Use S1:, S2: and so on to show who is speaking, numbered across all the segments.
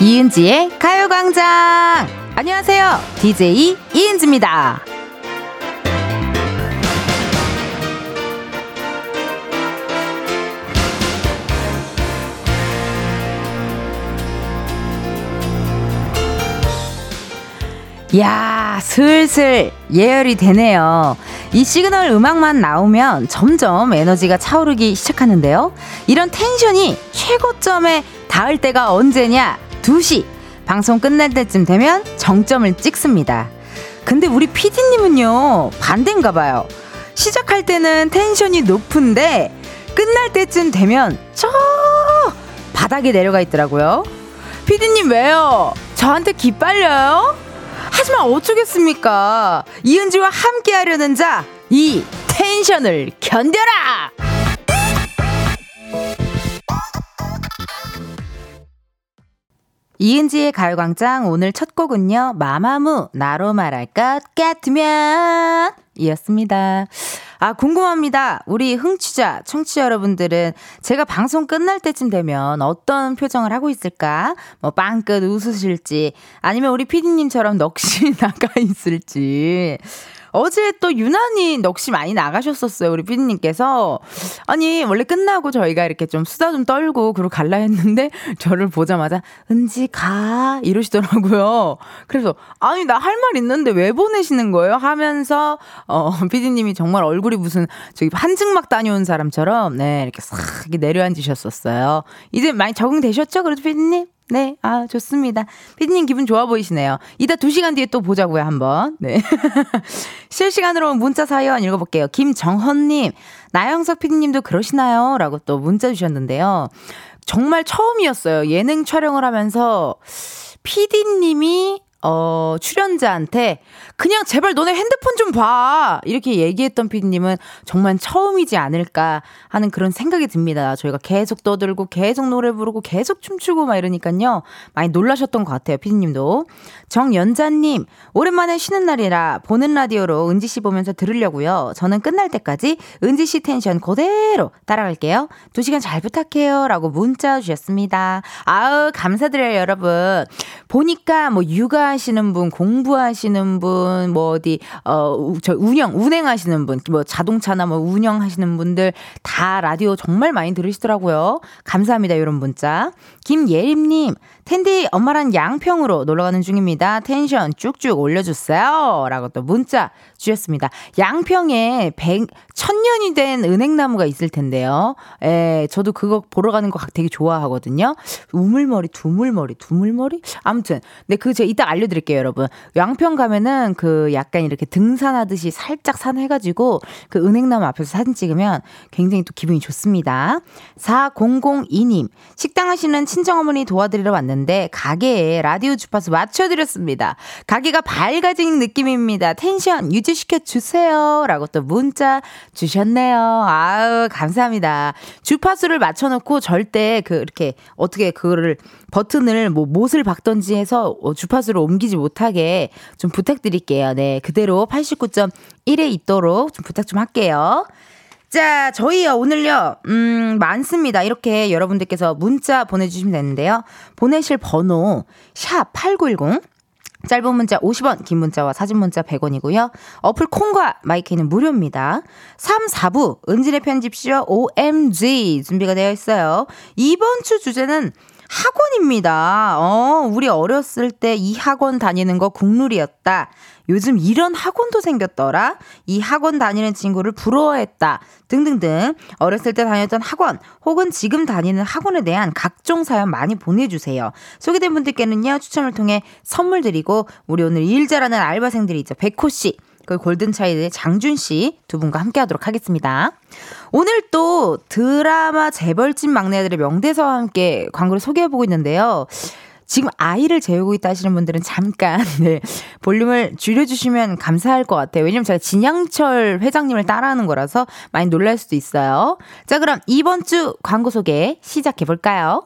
S1: 이은지의 가요광장! 안녕하세요. DJ 이은지입니다. 야, 슬슬 예열이 되네요. 이 시그널 음악만 나오면 점점 에너지가 차오르기 시작하는데요. 이런 텐션이 최고점에 닿을 때가 언제냐? 2시. 방송 끝날 때쯤 되면 정점을 찍습니다. 근데 우리 PD님은요, 반대인가 봐요. 시작할 때는 텐션이 높은데, 끝날 때쯤 되면 저 바닥에 내려가 있더라고요. 피디님 왜요? 저한테 기빨려요? 하지만 어쩌겠습니까? 이은지와 함께 하려는 자, 이 텐션을 견뎌라! 이은지의 가요광장 오늘 첫 곡은요, 마마무, 나로 말할 것 같으면, 이었습니다. 아, 궁금합니다. 우리 흥취자, 청취자 여러분들은 제가 방송 끝날 때쯤 되면 어떤 표정을 하고 있을까? 뭐, 빵끝 웃으실지, 아니면 우리 피디님처럼 넋이 나가 있을지. 어제 또 유난히 넋이 많이 나가셨었어요. 우리 피디님께서. 아니, 원래 끝나고 저희가 이렇게 좀 수다 좀 떨고 그러고 갈라 했는데 저를 보자마자 은지 가 이러시더라고요. 그래서 아니, 나 할 말 있는데 왜 보내시는 거예요? 하면서 어, 피디님이 정말 얼굴이 무슨 저기 한증막 다녀온 사람처럼 네, 이렇게 싹 내려앉으셨었어요. 이제 많이 적응되셨죠? 그래도 피디님? 네, 아, 좋습니다. 피디님 기분 좋아 보이시네요. 이따 두시간 뒤에 또 보자고요, 한번. 네. 실시간으로 문자 사연 읽어볼게요. 김정헌님, 나영석 피디님도 그러시나요? 라고 또 문자 주셨는데요. 정말 처음이었어요. 예능 촬영을 하면서 피디님이 어, 출연자한테 그냥 제발 너네 핸드폰 좀 봐! 이렇게 얘기했던 피디님은 정말 처음이지 않을까 하는 그런 생각이 듭니다. 저희가 계속 떠들고 계속 노래 부르고 계속 춤추고 막 이러니까요. 많이 놀라셨던 것 같아요, 피디님도. 정연자님, 오랜만에 쉬는 날이라 보는 라디오로 은지씨 보면서 들으려고요. 저는 끝날 때까지 은지씨 텐션 그대로 따라갈게요. 두 시간 잘 부탁해요. 라고 문자 주셨습니다. 아우, 감사드려요, 여러분. 보니까 뭐 육아하시는 분, 공부하시는 분, 뭐 어디, 어, 우- 저 운영, 운행하시는 분, 뭐 자동차나 뭐 운영하시는 분들 다 라디오 정말 많이 들으시더라고요. 감사합니다, 이런 문자. 김예림님, 텐디 엄마랑 양평으로 놀러가는 중입니다. 텐션 쭉쭉 올려주세요. 라고 또 문자 주셨습니다. 양평에 백, 천년이 된 은행나무가 있을 텐데요. 예, 저도 그거 보러 가는 거 되게 좋아하거든요. 우물머리, 두물머리, 두물머리? 아무튼. 근데 그 제가 이따 알려드릴게요, 여러분. 양평 가면은 그 약간 이렇게 등산하듯이 살짝 산 해가지고 그 은행나무 앞에서 사진 찍으면 굉장히 또 기분이 좋습니다. 4002님, 식당 하시는 친정어머니 도와드리러 왔는데 가게에 라디오 주파수 맞춰드렸습니다. 가게가 밝아진 느낌입니다. 텐션 유지시켜 주세요. 라고 또 문자 주셨네요. 아우, 감사합니다. 주파수를 맞춰놓고 절대 그, 이렇게 어떻게 그거를 버튼을 뭐 못을 박던지 해서 어, 주파수를 옮기지 못하게 좀 부탁드릴게요. 네. 그대로 89.1에 있도록 좀 부탁 좀 할게요. 자, 저희요, 오늘요, 음, 많습니다. 이렇게 여러분들께서 문자 보내주시면 되는데요. 보내실 번호, 샵8910. 짧은 문자 50원, 긴 문자와 사진 문자 100원이고요. 어플 콩과 마이크는 무료입니다. 3, 4부, 은진의 편집쇼 OMG 준비가 되어 있어요. 이번 주 주제는 학원입니다. 어, 우리 어렸을 때 이 학원 다니는 거 국룰이었다. 요즘 이런 학원도 생겼더라. 이 학원 다니는 친구를 부러워했다. 등등등. 어렸을 때 다녔던 학원 혹은 지금 다니는 학원에 대한 각종 사연 많이 보내주세요. 소개된 분들께는요, 추첨을 통해 선물 드리고, 우리 오늘 일자라는 알바생들이 있죠. 백호씨. 그 골든차이드의 장준씨 두 분과 함께 하도록 하겠습니다. 오늘 또 드라마 재벌집 막내들의 명대사와 함께 광고를 소개해보고 있는데요. 지금 아이를 재우고 있다 하시는 분들은 잠깐 네, 볼륨을 줄여주시면 감사할 것 같아요. 왜냐면 제가 진양철 회장님을 따라하는 거라서 많이 놀랄 수도 있어요. 자, 그럼 이번 주 광고 소개 시작해볼까요?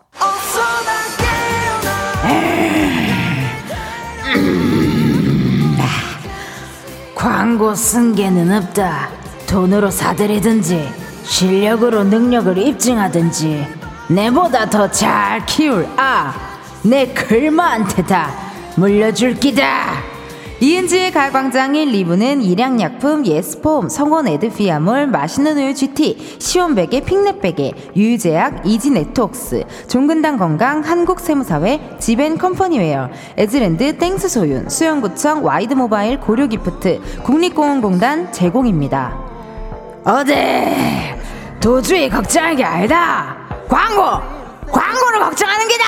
S1: 광고 승계는 없다. 돈으로 사들이든지 실력으로 능력을 입증하든지 내보다 더 잘 키울 아 내 글마한테 다 물려줄 기다. 이은지의 가광장 1, 2부는 일양약품, 예스폼, 성원 에드피아몰, 맛있는 우유 GT, 시온백의 핑넷백의 유유제약, 이지네트웍스, 종근당 건강, 한국세무사회, 지벤컴퍼니웨어, 에즈랜드, 땡스소윤, 수영구청, 와이드모바일, 고려기프트, 국립공원공단 제공입니다. 어디 도저히 걱정할 게 아니다. 광고! 광고를 걱정하는 게다!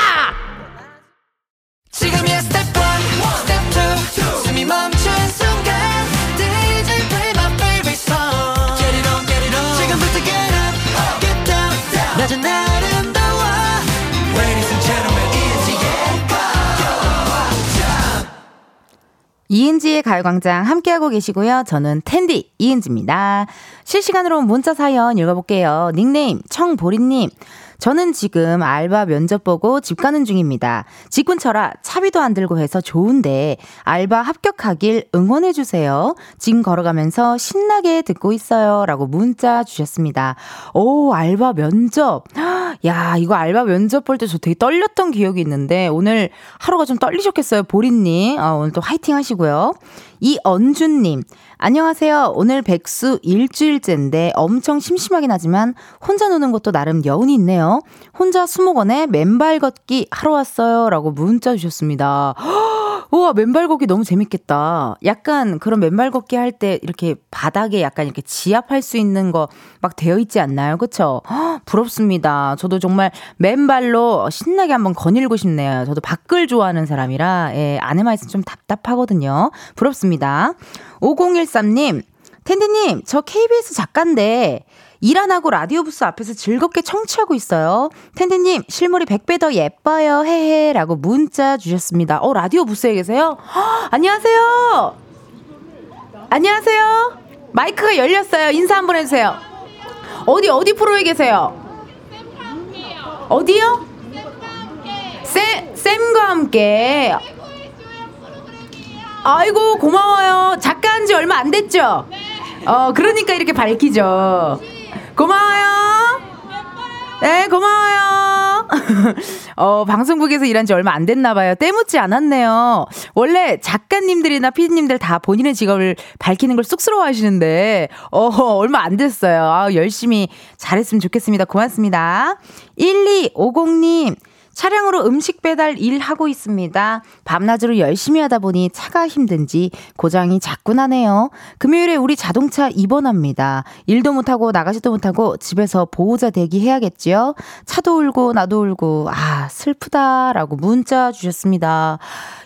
S2: 지금이야 스텝 1, 스텝 2 숨이 멈춘 순간 DJ play my favorite song Get it on, get it on 지금부터 get up, get down 낮은 아름다워 Ladies and gentlemen, 이은지의
S1: 이은지의 가요광장 함께하고 계시고요. 저는 텐디 이은지입니다. 실시간으로 문자 사연 읽어볼게요. 닉네임 청보리님. 저는 지금 알바 면접 보고 집 가는 중입니다. 직군처라 차비도 안 들고 해서 좋은데 알바 합격하길 응원해주세요. 지금 걸어가면서 신나게 듣고 있어요. 라고 문자 주셨습니다. 오, 알바 면접. 야, 이거 알바 면접 볼 때 저 되게 떨렸던 기억이 있는데 오늘 하루가 좀 떨리셨겠어요. 보리님. 아, 오늘 또 화이팅 하시고요. 이언준님. 안녕하세요. 오늘 백수 일주일째인데 엄청 심심하긴 하지만 혼자 노는 것도 나름 여운이 있네요. 혼자 수목원에 맨발 걷기 하러 왔어요. 라고 문자 주셨습니다. 우와, 맨발 걷기 너무 재밌겠다. 약간 그런 맨발 걷기 할 때 이렇게 바닥에 약간 이렇게 지압할 수 있는 거 막 되어 있지 않나요? 그쵸? 헉, 부럽습니다. 저도 정말 맨발로 신나게 한번 거닐고 싶네요. 저도 밖을 좋아하는 사람이라, 예, 안에만 있으면 좀 답답하거든요. 부럽습니다. 5013님, 텐디님, 저 KBS 작가인데, 일 안 하고 라디오 부스 앞에서 즐겁게 청취하고 있어요. 텐디님, 실물이 100배 더 예뻐요. 헤헤. 라고 문자 주셨습니다. 어, 라디오 부스에 계세요? 헉, 안녕하세요. 안녕하세요. 마이크가 열렸어요. 인사 한번 해주세요. 어디, 어디 프로에 계세요? 어디요? 쌤, 쌤과 함께. 아이고, 고마워요. 작가한 지 얼마 안 됐죠? 어, 그러니까 이렇게 밝히죠. 고마워요. 네, 고마워요. 어, 방송국에서 일한 지 얼마 안 됐나 봐요. 때묻지 않았네요. 원래 작가님들이나 피디님들 다 본인의 직업을 밝히는 걸 쑥스러워 하시는데, 어, 얼마 안 됐어요. 아, 열심히 잘했으면 좋겠습니다. 고맙습니다. 1250님. 차량으로 음식 배달 일하고 있습니다. 밤낮으로 열심히 하다 보니 차가 힘든지 고장이 자꾸 나네요. 금요일에 우리 자동차 입원합니다. 일도 못하고 나가지도 못하고 집에서 보호자 대기해야겠지요? 차도 울고 나도 울고, 아, 슬프다라고 문자 주셨습니다.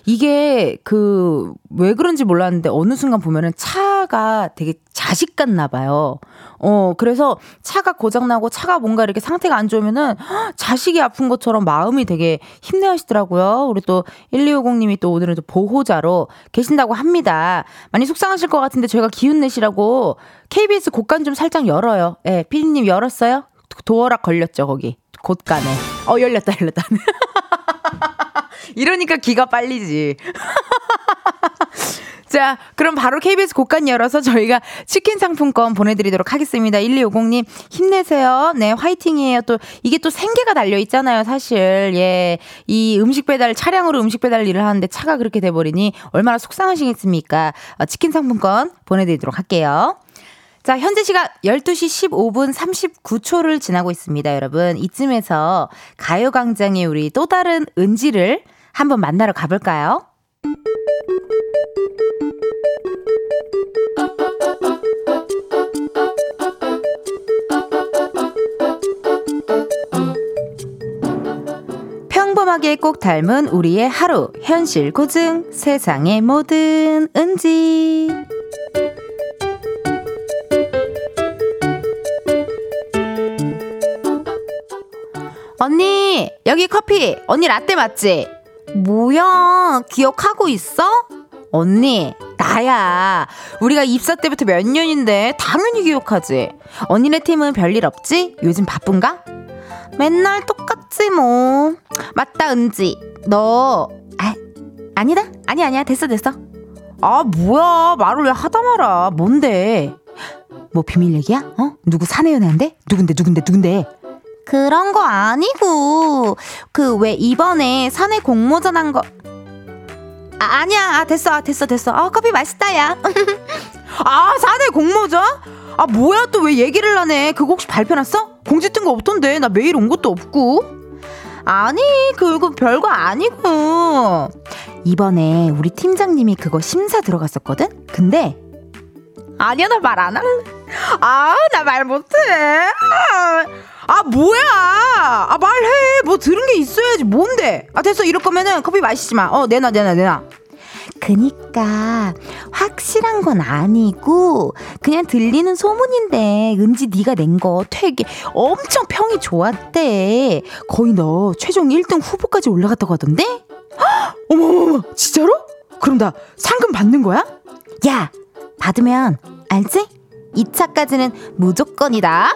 S1: 이게 그 왜 그런지 몰랐는데 어느 순간 보면은 차가 되게 자식 같나 봐요. 어, 그래서 차가 고장나고 차가 뭔가 이렇게 상태가 안 좋으면은 헉, 자식이 아픈 것처럼 마음이 되게 힘내 하시더라고요. 우리 또 1250님이 또 오늘은 또 보호자로 계신다고 합니다. 많이 속상하실 것 같은데 저희가 기운 내시라고 KBS 곳간 좀 살짝 열어요. 예, 피디님 열었어요? 도어락 걸렸죠, 거기. 곳간에. 어, 열렸다, 열렸다. 이러니까 기가 빨리지. 자, 그럼 바로 KBS 곳간 열어서 저희가 치킨 상품권 보내드리도록 하겠습니다. 1250님, 힘내세요. 네, 화이팅이에요. 또, 이게 또 생계가 달려있잖아요, 사실. 예. 이 음식 배달, 차량으로 음식 배달 일을 하는데 차가 그렇게 돼버리니 얼마나 속상하시겠습니까? 어, 치킨 상품권 보내드리도록 할게요. 자, 현재 시각 12시 15분 39초를 지나고 있습니다, 여러분. 이쯤에서 가요광장의 우리 또 다른 은지를 한번 만나러 가볼까요? 평범하게 꼭 닮은 우리의 하루, 현실 고증, 세상의 모든 은지. 언니, 여기 커피. 언니 라떼 맞지? 뭐야, 기억하고 있어? 언니, 나야. 우리가 입사 때부터 몇 년인데 당연히 기억하지. 언니네 팀은 별일 없지? 요즘 바쁜가? 맨날 똑같지 뭐. 맞다 은지. 너 아, 아니다. 아니 아니야. 됐어 됐어. 아 뭐야 말을 왜 하다 말아. 뭔데? 뭐 비밀 얘기야? 어? 누구 사내 연애한데? 누군데 누군데 누군데?
S3: 그런 거 아니고 그 왜 이번에 산에 공모전 한거 아, 아니야 아 됐어 아, 됐어 됐어 아 커피 맛있다 야
S1: 아, 사내 공모전? 아, 뭐야, 또 왜 얘기를 하네. 그거 혹시 발표났어? 공지 뜬 거 없던데. 나 메일 온 것도 없고.
S3: 아니 그거 별거 아니고
S1: 이번에 우리 팀장님이 그거 심사 들어갔었거든? 근데,
S3: 아니야 나 말 안 할래
S1: 아, 나 말 못해. 아, 뭐야. 아, 말해. 뭐 들은 게 있어야지. 뭔데? 아, 됐어. 이럴 거면은 커피 마시지 마. 어, 내놔, 내놔, 내놔.
S3: 그니까 확실한 건 아니고 그냥 들리는 소문인데 은지 네가 낸 거 되게 엄청 평이 좋았대.
S1: 거의 너 최종 1등 후보까지 올라갔다고 하던데? 헉! 어머머머, 진짜로? 그럼 나 상금 받는 거야?
S3: 야 받으면 알지? 2차까지는 무조건이다.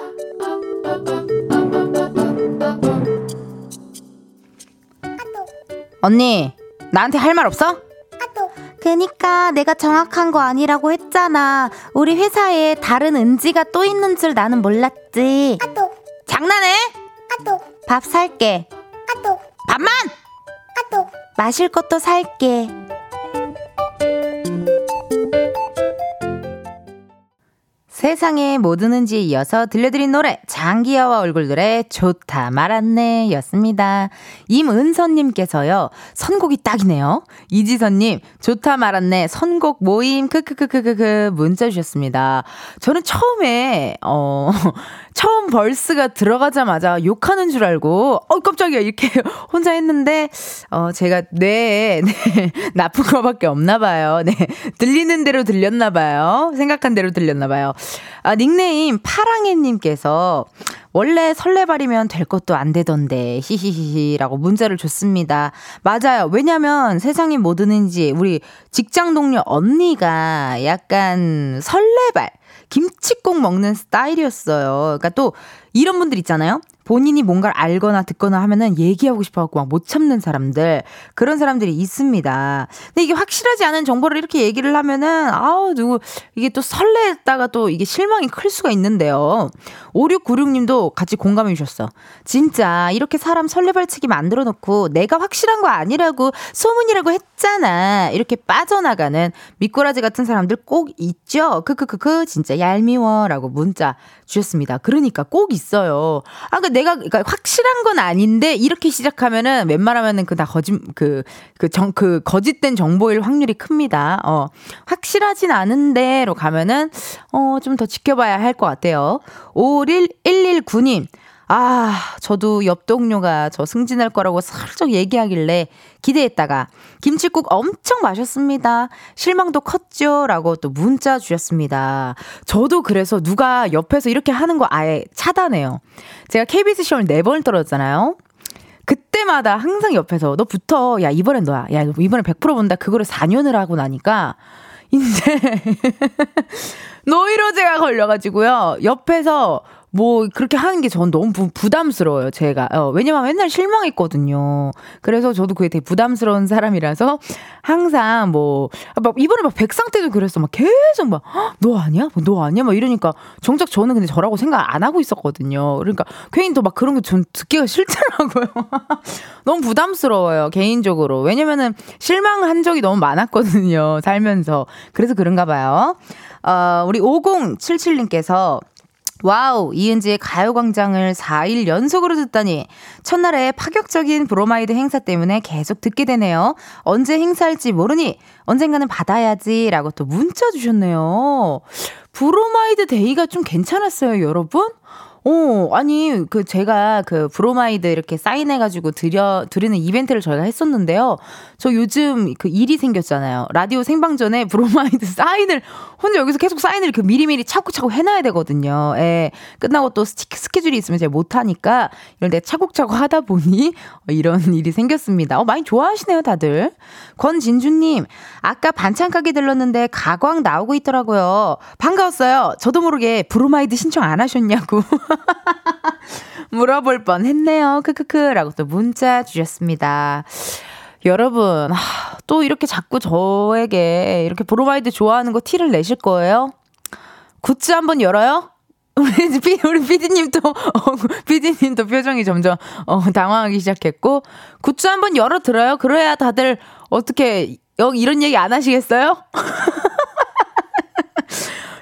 S1: 언니, 나한테 할 말 없어?
S3: 아, 그니까 내가 정확한 거 아니라고 했잖아. 우리 회사에 다른 은지가 또 있는 줄 나는 몰랐지.
S1: 장난해?
S3: 밥 살게.
S1: 밥만!
S3: 마실 것도 살게.
S1: 세상에 뭐 드는지에 이어서 들려드린 노래 장기하와 얼굴들의 좋다 말았네 였습니다. 임은선님께서요. 선곡이 딱이네요. 이지선님 좋다 말았네 선곡 모임 크크크크크크 문자 주셨습니다. 저는 처음에 어 처음 벌스가 들어가자마자 욕하는 줄 알고 어 깜짝이야 이렇게 혼자 했는데 어 제가 뇌에 네, 나쁜 거밖에 없나 봐요. 네 들리는 대로 들렸나 봐요. 생각한 대로 들렸나 봐요. 아, 닉네임 파랑해님께서 원래 설레발이면 될 것도 안 되던데 히히히히라고 문자를 줬습니다. 맞아요. 왜냐면 세상이 뭐 드는지 우리 직장 동료 언니가 약간 설레발 김치국 먹는 스타일이었어요. 그러니까 또 이런 분들 있잖아요. 본인이 뭔가를 알거나 듣거나 하면은 얘기하고 싶어갖고 막 못 참는 사람들 그런 사람들이 있습니다. 근데 이게 확실하지 않은 정보를 이렇게 얘기를 하면은 아우 누구 이게 또 설레다가 또 이게 실망이 클 수가 있는데요. 5696님도 같이 공감해 주셨어. 진짜 이렇게 사람 설레발치기 만들어 놓고 내가 확실한 거 아니라고 소문이라고 했잖아. 이렇게 빠져나가는 미꾸라지 같은 사람들 꼭 있죠. 크크크크 진짜 얄미워라고 문자 주셨습니다. 그러니까 꼭 있어요. 아 그러니까 내가 그러니까 확실한 건 아닌데 이렇게 시작하면은 웬만하면은 그 다 거짓 그그정그 거짓된 정보일 확률이 큽니다. 어. 확실하진 않은데로 가면은 어 좀 더 지켜봐야 할 것 같아요. 51119님 아, 저도 옆 동료가 저 승진할 거라고 살짝 얘기하길래 기대했다가 김치국 엄청 마셨습니다. 실망도 컸죠? 라고 또 문자 주셨습니다. 저도 그래서 누가 옆에서 이렇게 하는 거 아예 차단해요. 제가 KBS 시험을 네 번 떨었잖아요. 그때마다 항상 옆에서 너 붙어. 야, 이번엔 너야. 야, 이번엔 100% 본다. 그거를 4년을 하고 나니까 이제 노이로제가 걸려가지고요. 옆에서 뭐 그렇게 하는 게 전 너무 부, 부담스러워요. 제가 어, 왜냐면 맨날 실망했거든요. 그래서 저도 그게 되게 부담스러운 사람이라서 항상 뭐막 이번에 막 백상 때도 그랬어. 막 계속 막 너 아니야? 뭐너 아니야? 막 이러니까 정작 저는 근데 저라고 생각 안 하고 있었거든요. 그러니까 괜히 또 막 그런 게 전 듣기가 싫더라고요. 너무 부담스러워요. 개인적으로 왜냐면은 실망한 적이 너무 많았거든요. 살면서 그래서 그런가 봐요. 어, 우리 5077님께서 와우, 이은지의 가요광장을 4일 연속으로 듣다니. 첫날에 파격적인 브로마이드 행사 때문에 계속 듣게 되네요. 언제 행사할지 모르니 언젠가는 받아야지. 라고 또 문자 주셨네요. 브로마이드 데이가 좀 괜찮았어요, 여러분? 어, 아니, 그, 제가 그 브로마이드 이렇게 사인해가지고 드려, 드리는 이벤트를 저희가 했었는데요. 저 요즘 그 일이 생겼잖아요. 라디오 생방전에 브로마이드 사인을, 혼자 여기서 계속 사인을 그 미리미리 차곡차곡 해놔야 되거든요. 예. 끝나고 또 스티, 스케줄이 있으면 제가 못하니까 이런 데 차곡차곡 하다 보니 어, 이런 일이 생겼습니다. 어, 많이 좋아하시네요, 다들. 권진주님, 아까 반찬 가게 들렀는데 가광 나오고 있더라고요. 반가웠어요. 저도 모르게 브로마이드 신청 안 하셨냐고. 물어볼 뻔 했네요. 크크크라고 또 문자 주셨습니다. 여러분, 하, 또 이렇게 자꾸 저에게 이렇게 브로마이드 좋아하는 거 티를 내실 거예요? 굿즈 한번 열어요? 우리 피 우리 피디님도 어, 피디님도 표정이 점점 어, 당황하기 시작했고 굿즈 한번 열어 들어요. 그래야 다들 어떻게 여, 이런 얘기 안 하시겠어요?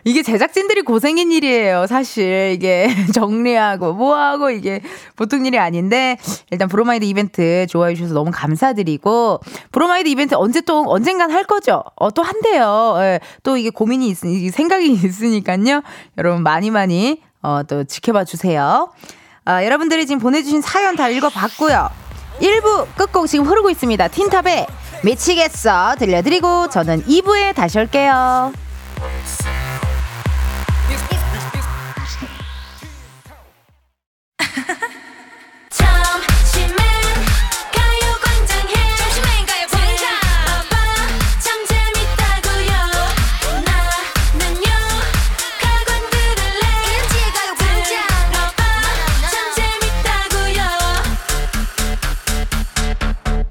S1: 이게 제작진들이 고생인 일이에요, 사실. 이게 정리하고 뭐하고 이게 보통 일이 아닌데 일단 브로마이드 이벤트 좋아해 주셔서 너무 감사드리고 브로마이드 이벤트 언제 또 언젠간 할 거죠? 어, 또 한대요. 예, 또 이게 고민이 있으니 생각이 있으니까요. 여러분 많이 많이 어, 또 지켜봐 주세요. 아, 여러분들이 지금 보내주신 사연 다 읽어봤고요. 1부 끝곡 지금 흐르고 있습니다. 틴탑의 미치겠어 들려드리고 저는 2부에 다시 올게요.
S4: 점심엔 가요광장 해 점심엔 가요광장 아빠 참 재밌다고요 나는요 가관 들을래 일찍 가요광장 아빠 참 재밌다고요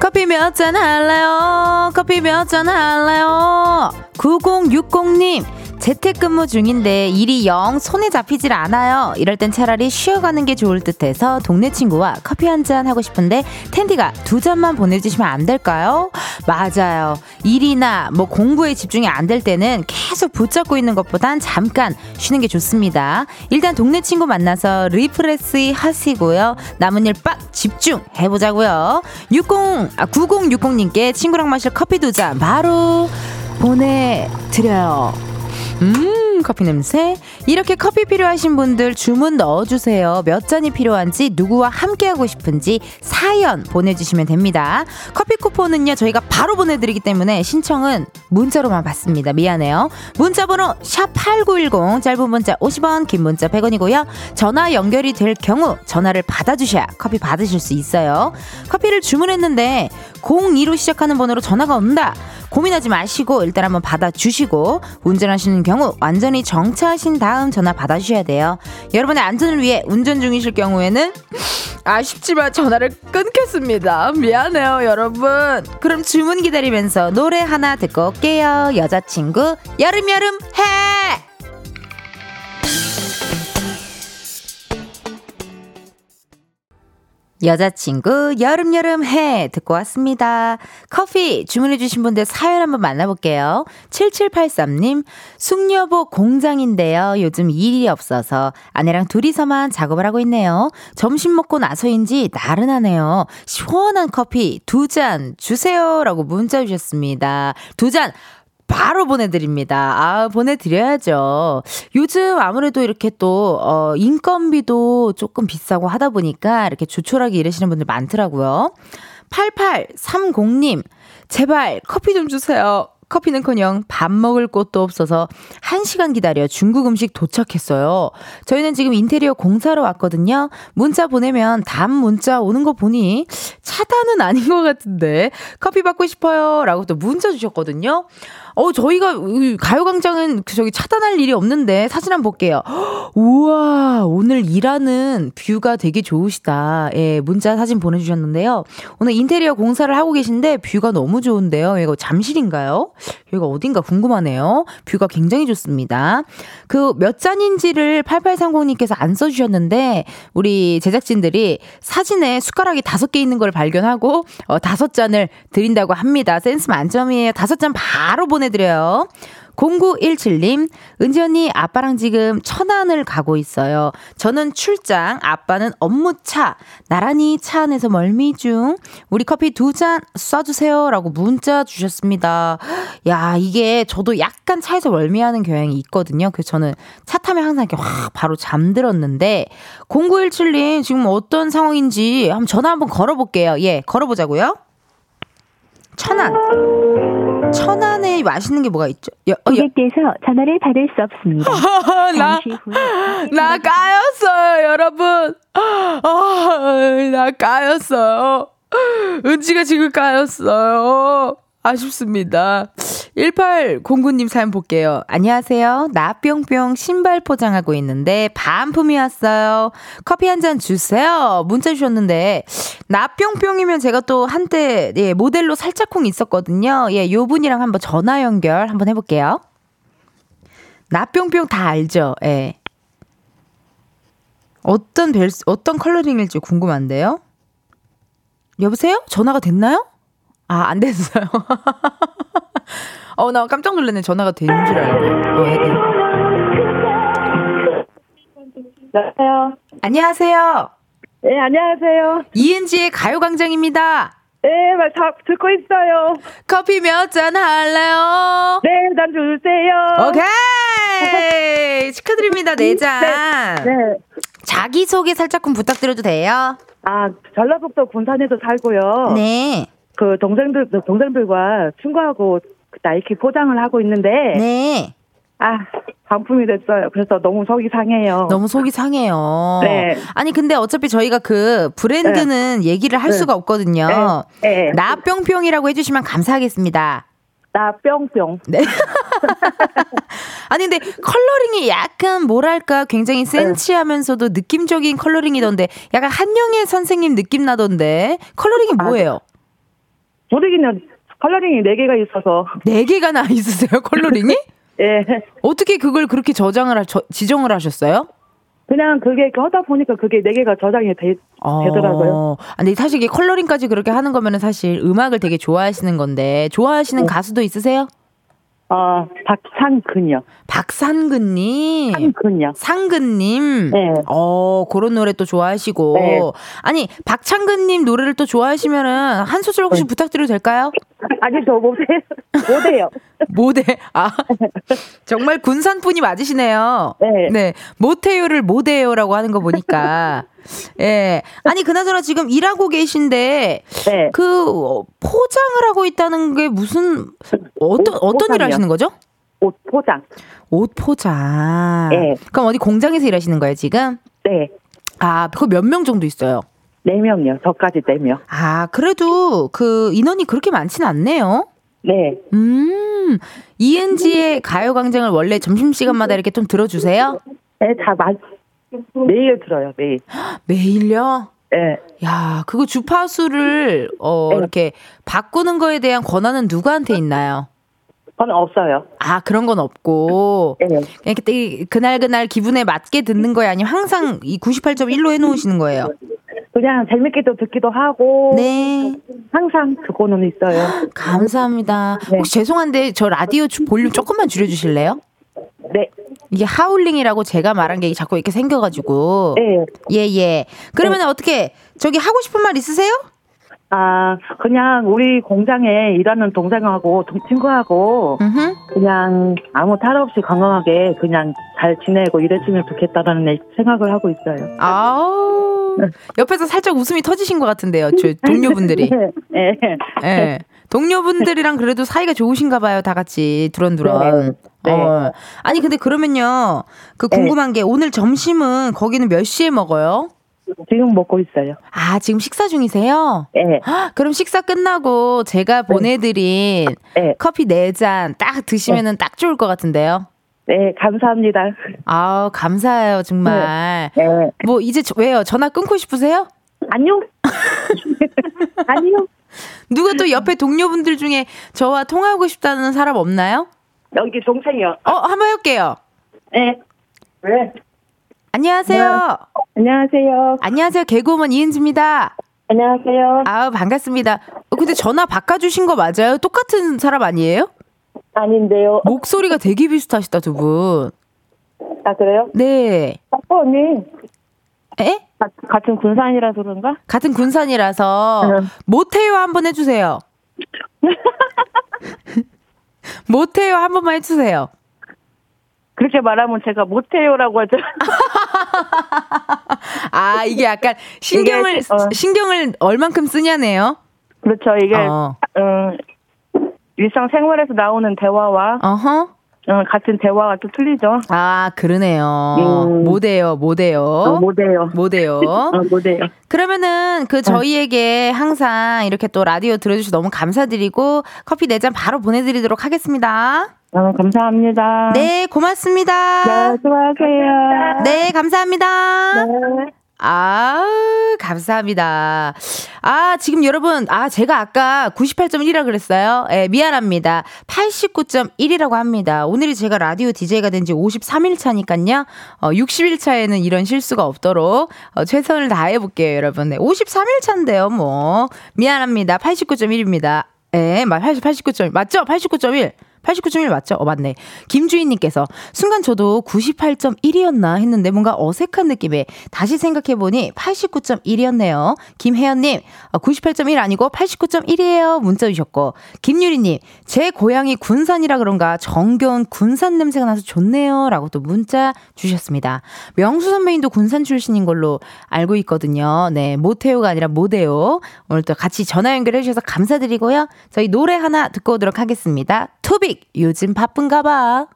S1: 커피 몇 잔 할래요? 커피 몇 잔 할래요? 9060님, 재택근무 중인데 일이 영 손에 잡히질 않아요. 이럴 땐 차라리 쉬어가는 게 좋을 듯 해서 동네 친구와 커피 한 잔 하고 싶은데 텐디가 두 잔만 보내주시면 안 될까요? 맞아요. 일이나 뭐 공부에 집중이 안 될 때는 계속 붙잡고 있는 것보단 잠깐 쉬는 게 좋습니다. 일단 동네 친구 만나서 리프레시 하시고요. 남은 일 빡 집중해보자고요. 60, 아, 9060님께 친구랑 마실 커피 두 잔 바로 보내드려요. 음, 커피 냄새. 이렇게 커피 필요하신 분들 주문 넣어주세요. 몇 잔이 필요한지, 누구와 함께하고 싶은지 사연 보내주시면 됩니다. 커피 쿠폰은요, 저희가 바로 보내드리기 때문에 신청은 문자로만 받습니다. 미안해요. 문자번호 샵8910, 짧은 문자 50원, 긴 문자 100원이고요. 전화 연결이 될 경우 전화를 받아주셔야 커피 받으실 수 있어요. 커피를 주문했는데 02로 시작하는 번호로 전화가 온다. 고민하지 마시고 일단 한번 받아주시고 운전하시는 경우 완전히 정차하신 다음 전화 받아주셔야 돼요. 여러분의 안전을 위해 운전 중이실 경우에는 아쉽지만 전화를 끊겠습니다. 미안해요, 여러분. 그럼 주문 기다리면서 노래 하나 듣고 올게요. 여자친구 여름여름 해! 여자친구 여름여름 해 듣고 왔습니다. 커피 주문해주신 분들 사연 한번 만나볼게요. 7783님, 숙녀복 공장인데요. 요즘 일이 없어서 아내랑 둘이서만 작업을 하고 있네요. 점심 먹고 나서인지 나른하네요. 시원한 커피 두 잔 주세요. 라고 문자 주셨습니다. 두 잔! 바로 보내드립니다. 아, 보내드려야죠. 요즘 아무래도 이렇게 또, 어, 인건비도 조금 비싸고 하다 보니까 이렇게 조촐하게 일하시는 분들 많더라고요. 8830님, 제발 커피 좀 주세요. 커피는 커녕 밥 먹을 곳도 없어서 1시간 기다려 중국 음식 도착했어요. 저희는 지금 인테리어 공사로 왔거든요. 문자 보내면 다음 문자 오는 거 보니 차단은 아닌 것 같은데 커피 받고 싶어요. 라고 또 문자 주셨거든요. 어, 저희가 이 가요광장은 그 저기 차단할 일이 없는데 사진 한번 볼게요. 헉, 우와, 오늘 일하는 뷰가 되게 좋으시다. 예, 문자 사진 보내주셨는데요. 오늘 인테리어 공사를 하고 계신데 뷰가 너무 좋은데요. 이거 잠실인가요? 여기가 어딘가 궁금하네요. 뷰가 굉장히 좋습니다. 그 몇 잔인지를 8830님께서 안 써주셨는데 우리 제작진들이 사진에 숟가락이 다섯 개 있는 걸 발견하고 어, 다섯 잔을 드린다고 합니다. 센스 만점이에요. 다섯 잔 바로 보내드려요. 0917님, 은지 언니, 아빠랑 지금 천안을 가고 있어요. 저는 출장, 아빠는 업무차, 나란히 차 안에서 멀미 중, 우리 커피 두 잔 쏴주세요. 라고 문자 주셨습니다. 야, 이게 저도 약간 차에서 멀미하는 경향이 있거든요. 그래서 저는 차 타면 항상 이렇게 확 바로 잠들었는데, 0917님, 지금 어떤 상황인지 한번 전화 한번 걸어볼게요. 예, 걸어보자고요. 천안. 천안에 맛있는 게 뭐가 있죠? 여, 어, 여,
S5: 고객께서 전화를 받을 수 없습니다.
S1: 나,
S5: 잠시 후
S1: 나 까였어요, 여러분. 아, 나 까였어요. 은지가 지금 까였어요. 아쉽습니다. 1809님 사연 볼게요. 안녕하세요. 나 뿅뿅 신발 포장하고 있는데 반품이 왔어요. 커피 한 잔 주세요. 문자 주셨는데 나 뿅뿅이면 제가 또 한때 예, 모델로 살짝쿵 있었거든요. 예, 요 분이랑 한번 전화 연결 한번 해볼게요. 나뿅뿅 다 알죠? 예. 어떤 벨, 어떤 컬러링일지 궁금한데요? 여보세요? 전화가 됐나요? 아, 안 됐어요. 어, 나 깜짝 놀랐네. 전화가 된 줄 알고. 어, 예, 예.
S6: 안녕하세요.
S1: 안녕하세요.
S6: 네, 안녕하세요.
S1: 이은지의 가요광장입니다.
S6: 네, 말다 듣고 있어요.
S1: 커피 몇 잔 할래요?
S6: 네, 난 주세요.
S1: 오케이! 축하드립니다. 네 잔.
S6: 네.
S1: 자기소개 살짝 좀 부탁드려도 돼요?
S6: 아, 전라북도 군산에서 살고요.
S1: 네.
S6: 그 동생들, 동생들과 친구하고 그 나이키 포장을 하고 있는데,
S1: 네.
S6: 아, 반품이 됐어요. 그래서 너무 속이 상해요.
S1: 너무 속이 상해요.
S6: 어. 네.
S1: 아니 근데 어차피 저희가 그 브랜드는 얘기를 할
S6: 네.
S1: 수가 없거든요.
S6: 네. 나,
S1: 나 뿅뿅이라고 해주시면 감사하겠습니다.
S6: 뿅뿅.
S1: 아니 근데 컬러링이 약간 뭐랄까 굉장히
S6: 네.
S1: 센치하면서도 느낌적인 컬러링이던데 약간 한영애 선생님 느낌 나던데 컬러링이
S6: 아, 네.
S1: 뭐예요?
S6: 모르기는 컬러링이 네개가 있어서,
S1: 네 개가 나 있으세요 컬러링이?
S6: 예.
S1: 어떻게 그걸 그렇게 저장을 하, 저- 지정을 하셨어요?
S6: 그냥 그게 하다 보니까 그게 네개가 저장이 돼,
S1: 어.
S6: 되더라고요.
S1: 아, 근데 사실 이게 컬러링까지 그렇게 하는 거면은 사실 음악을 되게 좋아하시는 건데 좋아하시는
S6: 네.
S1: 가수도 있으세요?
S6: 어, 박상근이요.
S1: 박상근님.
S6: 상근이요.
S1: 상근님.
S6: 네.
S1: 어, 그런 노래 또 좋아하시고.
S6: 네.
S1: 아니, 박창근님 노래를 또 좋아하시면은 한 소절 혹시
S6: 네.
S1: 부탁드려도 될까요?
S6: 아니, 저 못해요. 못해요.
S1: 모대. 아. 정말 군산분이 맞으시네요.
S6: 네.
S1: 모태요를 모대요라고 하는 거 보니까. 예. 아니, 그나저나 지금 일하고 계신데
S6: 네.
S1: 그 어, 포장을 하고 있다는 게 무슨 어떤
S6: 옷
S1: 어떤 일을
S6: 포장이요.
S1: 하시는 거죠?
S6: 옷 포장.
S1: 옷 포장.
S6: 네.
S1: 그럼 어디 공장에서 일하시는 거예요, 지금?
S6: 네.
S1: 아, 그거 몇 명 정도 있어요?
S6: 네 명이요. 저까지 네 명.
S1: 아, 그래도 그 인원이 그렇게 많진 않네요.
S6: 네.
S1: 음, 이은지의 가요광장을 원래 점심시간마다 이렇게 좀 들어주세요?
S6: 네, 다 맞. 매일 들어요, 매일.
S1: 매일요?
S6: 네.
S1: 야, 그거 주파수를, 어,
S6: 네.
S1: 이렇게 바꾸는 거에 대한 권한은 누구한테 있나요?
S6: 저는 없어요.
S1: 아, 그런 건 없고.
S6: 네.
S1: 그냥 그때 그날그날 기분에 맞게 듣는 거예요? 아니면 항상 이 98.1로 해놓으시는 거예요?
S6: 그냥 재밌게도 듣기도 하고.
S1: 네.
S6: 항상 그거는 있어요.
S1: 감사합니다.
S6: 네.
S1: 혹시 죄송한데 저 라디오 주- 볼륨 조금만 줄여주실래요?
S6: 네.
S1: 이게 하울링이라고 제가 말한 게 자꾸 이렇게 생겨가지고.
S6: 네.
S1: 예, 예. 그러면 어떻게, 저기 하고 싶은 말 있으세요?
S6: 아, 그냥 우리 공장에 일하는 동생하고 동, 친구하고
S1: 음
S6: 그냥 아무 탈 없이 건강하게 그냥 잘 지내고 일했으면 좋겠다라는 생각을 하고 있어요.
S1: 아우.
S6: 네.
S1: 옆에서 살짝 웃음이 터지신 것 같은데요, 저 동료분들이.
S6: 네. 네.
S1: 예. 동료분들이랑 그래도 사이가 좋으신가 봐요, 다 같이. 두런두런.
S6: 네.
S1: 어. 아니, 근데 그러면요. 그 궁금한 게 오늘 점심은 거기는 몇 시에 먹어요?
S6: 지금 먹고 있어요.
S1: 아, 지금 식사 중이세요?
S6: 네.
S1: 헉, 그럼 식사 끝나고 제가 보내드린
S6: 네.
S1: 커피 네 잔 딱 드시면은 딱 좋을 것 같은데요.
S6: 네, 감사합니다.
S1: 아우, 감사해요, 정말.
S6: 네.
S1: 뭐, 이제 저- 왜요? 전화 끊고 싶으세요?
S6: 안녕. 안녕.
S1: 누가 또 옆에 동료분들 중에 저와 통화하고 싶다는 사람 없나요?
S6: 여기 동생이요.
S1: 어, 한번 해볼게요.
S6: 네. 왜?
S1: 안녕하세요.
S6: 네. 안녕하세요.
S1: 안녕하세요. 개그우먼 이은지입니다.
S6: 안녕하세요.
S1: 아우, 반갑습니다. 어, 근데 전화 바꿔주신 거 맞아요? 똑같은 사람 아니에요?
S6: 아닌데요.
S1: 목소리가 되게 비슷하시다, 두 분.
S6: 아, 그래요?
S1: 네.
S6: 아빠 언니.
S1: 에?
S6: 가- 같은 군산이라서 그런가?
S1: 같은 군산이라서
S6: 응.
S1: 모태요 한번 해주세요. 모태요 한 번만 해주세요.
S6: 그렇게 말하면 제가 못해요라고 하죠.
S1: 아 이게 약간 신경을
S6: 이게, 어.
S1: 신경을 얼만큼 쓰냐네요.
S6: 그렇죠. 이게,
S1: 어.
S6: 음, 일상생활에서 나오는 대화와
S1: 어허.
S6: 어, 같은 대화가 좀 틀리죠.
S1: 아, 그러네요.
S6: 음.
S1: 못해요,
S6: 어,
S1: 못해요.
S6: 못해요.
S1: 못해요.
S6: 어, 못해요.
S1: 그러면은 그 저희에게 항상 이렇게 또 라디오 들어주셔서 너무 감사드리고 커피 네 잔 바로 보내드리도록 하겠습니다.
S6: 어, 감사합니다.
S1: 네, 고맙습니다.
S6: 네, 수고하세요.
S1: 네, 감사합니다. 아, 감사합니다. 아, 지금 여러분, 아, 제가 아까 98.1이라 그랬어요. 예, 미안합니다. 89.1이라고 합니다. 오늘이 제가 라디오 DJ가 된 지 53일 차니까요. 어, 60일 차에는 이런 실수가 없도록 어, 최선을 다해 볼게요, 여러분. 네, 53일 차인데요, 뭐. 미안합니다. 89.1입니다. 예, 맞, 80, 89.1. 맞죠? 89.1. 89.1 맞죠? 어, 맞네. 김주인님께서 순간 저도 98.1이었나 했는데 뭔가 어색한 느낌에 다시 생각해보니 89.1이었네요. 김혜연님, 아, 98.1 아니고 89.1이에요. 문자 주셨고. 김유리님, 제 고향이 군산이라 그런가 정겨운 군산 냄새가 나서 좋네요. 라고 또 문자 주셨습니다. 명수 선배님도 군산 출신인 걸로 알고 있거든요. 네, 모태오가 아니라 모대오. 오늘 또 같이 전화 연결해 주셔서 감사드리고요. 저희 노래 하나 듣고 오도록 하겠습니다. 투빅, 요즘 바쁜가 봐.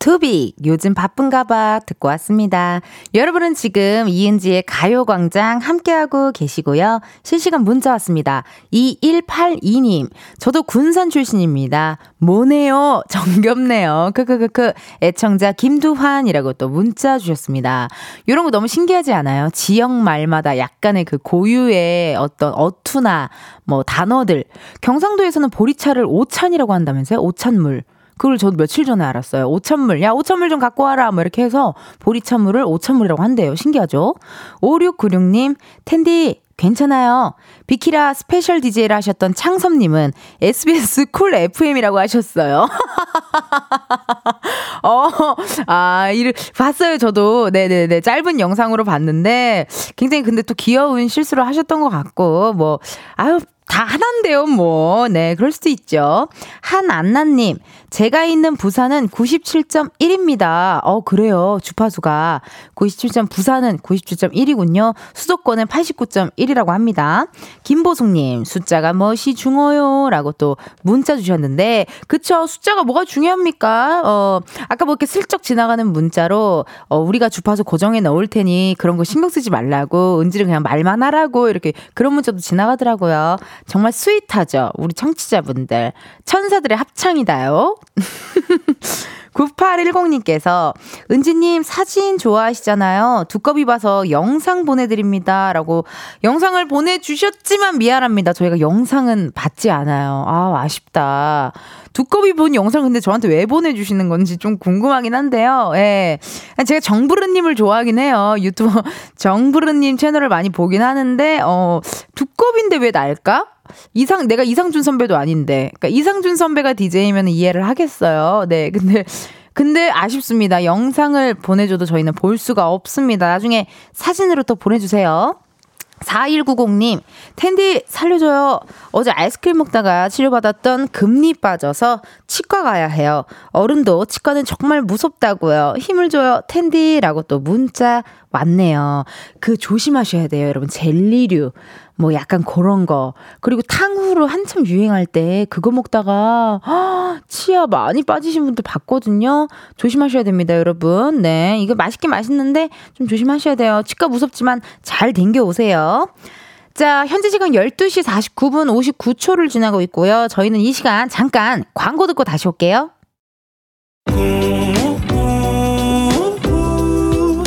S1: 투빅, 요즘 바쁜가 봐. 듣고 왔습니다. 여러분은 지금 이은지의 가요광장 함께하고 계시고요. 실시간 문자 왔습니다. 2182님, 저도 군산 출신입니다. 뭐네요? 정겹네요. 크크크크. 애청자 김두환이라고 또 문자 주셨습니다. 이런 거 너무 신기하지 않아요? 지역 말마다 약간의 그 고유의 어떤 어투나 뭐 단어들. 경상도에서는 보리차를 오찬이라고 한다면서요? 오찬물. 그걸 저도 며칠 전에 알았어요. 오천물. 야, 오천물 좀 갖고 와라. 뭐 이렇게 해서 보리찬물을 오천물이라고 한대요. 신기하죠? 5696님, 텐디, 괜찮아요. 비키라 스페셜 DJ를 하셨던 창섭님은 SBS 쿨 FM이라고 하셨어요. 어, 아, 이를 봤어요, 저도. 네네네. 짧은 영상으로 봤는데, 굉장히 근데 또 귀여운 실수를 하셨던 것 같고, 뭐, 아유, 다 하나인데요, 뭐. 네, 그럴 수도 있죠. 한안나님, 제가 있는 부산은 97.1입니다. 어, 그래요. 주파수가. 97. 부산은 97.1이군요. 수도권은 89.1이라고 합니다. 김보숙님, 숫자가 멋이 중어요. 라고 또 문자 주셨는데, 그쵸. 숫자가 뭐가 중요합니까? 어, 아까 뭐 이렇게 슬쩍 지나가는 문자로, 어, 우리가 주파수 고정해 넣을 테니 그런 거 신경 쓰지 말라고, 은지는 그냥 말만 하라고, 이렇게 그런 문자도 지나가더라고요. 정말 스윗하죠. 우리 청취자분들. 천사들의 합창이다요. 9810님께서 은지님 사진 좋아하시잖아요. 두꺼비 봐서 영상 보내드립니다. 라고 영상을 보내주셨지만 미안합니다. 저희가 영상은 받지 않아요. 아, 아쉽다. 두꺼비 본 영상 근데 저한테 왜 보내주시는 건지 좀 궁금하긴 한데요. 예. 제가 정부르님을 좋아하긴 해요. 유튜버 정부르님 채널을 많이 보긴 하는데, 어, 두꺼비인데 왜 날까? 이상 내가 이상준 선배도 아닌데 그러니까 이상준 선배가 DJ면 이해를 하겠어요. 네. 근데 근데 아쉽습니다. 영상을 보내줘도 저희는 볼 수가 없습니다. 나중에 사진으로 또 보내주세요. 4190님, 텐디 살려줘요. 어제 아이스크림 먹다가 치료받았던 금리 빠져서 치과 가야 해요. 어른도 치과는 정말 무섭다고요. 힘을 줘요, 텐디라고 또 문자 왔네요. 그 조심하셔야 돼요, 여러분. 젤리류. 뭐 약간 그런 거. 그리고 탕후루 한참 유행할 때 그거 먹다가 아, 치아 많이 빠지신 분들 봤거든요. 조심하셔야 됩니다, 여러분. 네. 이거 맛있긴 맛있는데 좀 조심하셔야 돼요. 치과 무섭지만 잘 댕겨 오세요. 자, 현재 시간 12시 49분 59초를 지나고 있고요. 저희는 이 시간 잠깐 광고 듣고 다시 올게요.
S2: 우,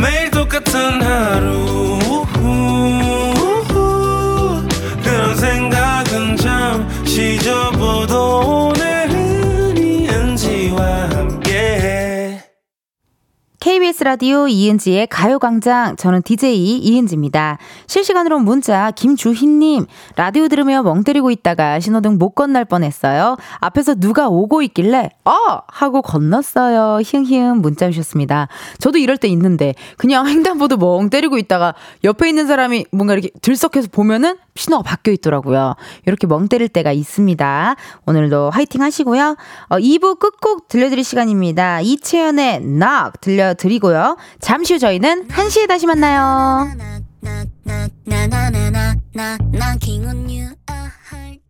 S2: 매일 똑같은 하루 우, 그런 생각은 잠시 접어도 오늘은 이은지와 함께
S1: KBS 라디오 이은지의 가요광장. 저는 DJ 이은지입니다. 실시간으로 문자 김주희님. 라디오 들으며 멍 때리고 있다가 신호등 못 건널 뻔했어요. 앞에서 누가 오고 있길래 어! 하고 건넜어요. 흉흉 문자 주셨습니다. 저도 이럴 때 있는데 그냥 횡단보도 멍 때리고 있다가 옆에 있는 사람이 뭔가 이렇게 들썩해서 보면은 신호가 바뀌어 있더라고요. 이렇게 멍 때릴 때가 있습니다. 오늘도 화이팅 하시고요. 어, 2부 끝곡 들려드릴 시간입니다. 이채연의 넉 들려드리고요. 잠시 후 저희는 1시에 다시 만나요.
S4: 나나나나나나 knocking on you a heart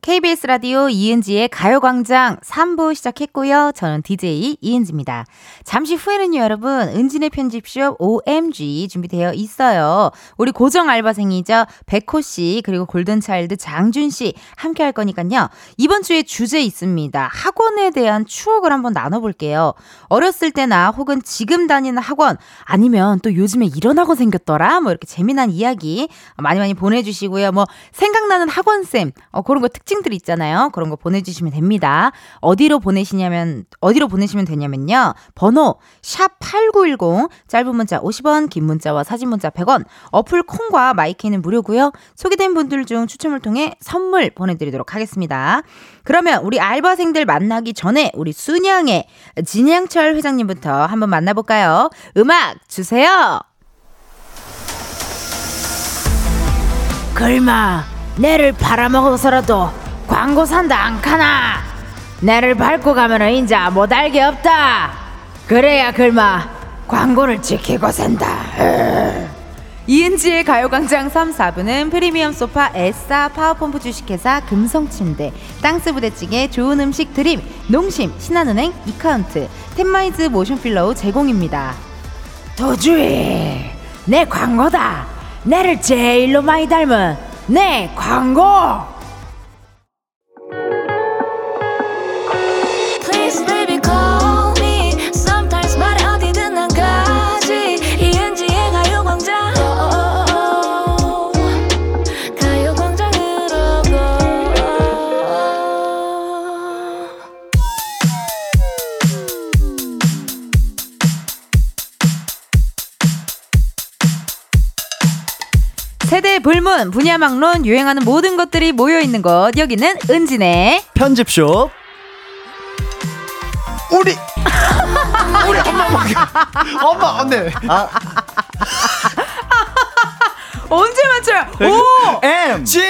S1: KBS 라디오 이은지의 가요광장 3부 시작했고요. 저는 DJ 이은지입니다. 잠시 후에는요, 여러분, 은진의 편집쇼 OMG 준비되어 있어요. 우리 고정 알바생이죠. 백호 씨, 그리고 골든차일드 장준 씨 함께 할 거니까요. 이번 주에 주제 있습니다. 학원에 대한 추억을 한번 나눠볼게요. 어렸을 때나 혹은 지금 다니는 학원 아니면 또 요즘에 이런 학원 생겼더라 뭐 이렇게 재미난 이야기 많이 많이 보내주시고요. 뭐 생각나는 학원 쌤 어, 그런 거 특징들 있잖아요. 그런 거 보내주시면 됩니다. 어디로 보내시냐면 어디로 보내시면 되냐면요. 번호 샵 #8910 짧은 문자 50원, 긴 문자와 사진 문자 100원. 어플 콩과 마이케는 무료고요. 소개된 분들 중 추첨을 통해 선물 보내드리도록 하겠습니다. 그러면 우리 알바생들 만나기 전에 우리 순양의 진양철 회장님부터 한번 만나볼까요? 음악 주세요.
S7: 글마 내를 팔아먹어서라도 광고 산다 안 카나 내를 밟고 가면은 인자 못 알게 없다 그래야 글마 광고를 지키고 산다
S1: 이은지의 가요광장 3, 4부는 프리미엄 소파 에싸 파워펌프 주식회사 금성침대 땅스부대찌개 좋은 음식 드림 농심 신한은행 이카운트 템마이즈 모션필러우 제공입니다.
S7: 도주희 내 광고다 내를 제일로 많이 닮은 내 광고
S4: Please baby call me Sometimes 말해 어디든 난 가지 E 이은지의 가요광장 가요광장으로 go
S1: 세대 불문 분야망론 유행하는 모든 것들이 모여 있는 곳 여기는 은진의
S8: 편집쇼 우리 우리 엄마 막 엄마
S9: 네.
S8: 언니 아,
S1: 언제 맞춰요? 오!
S8: M G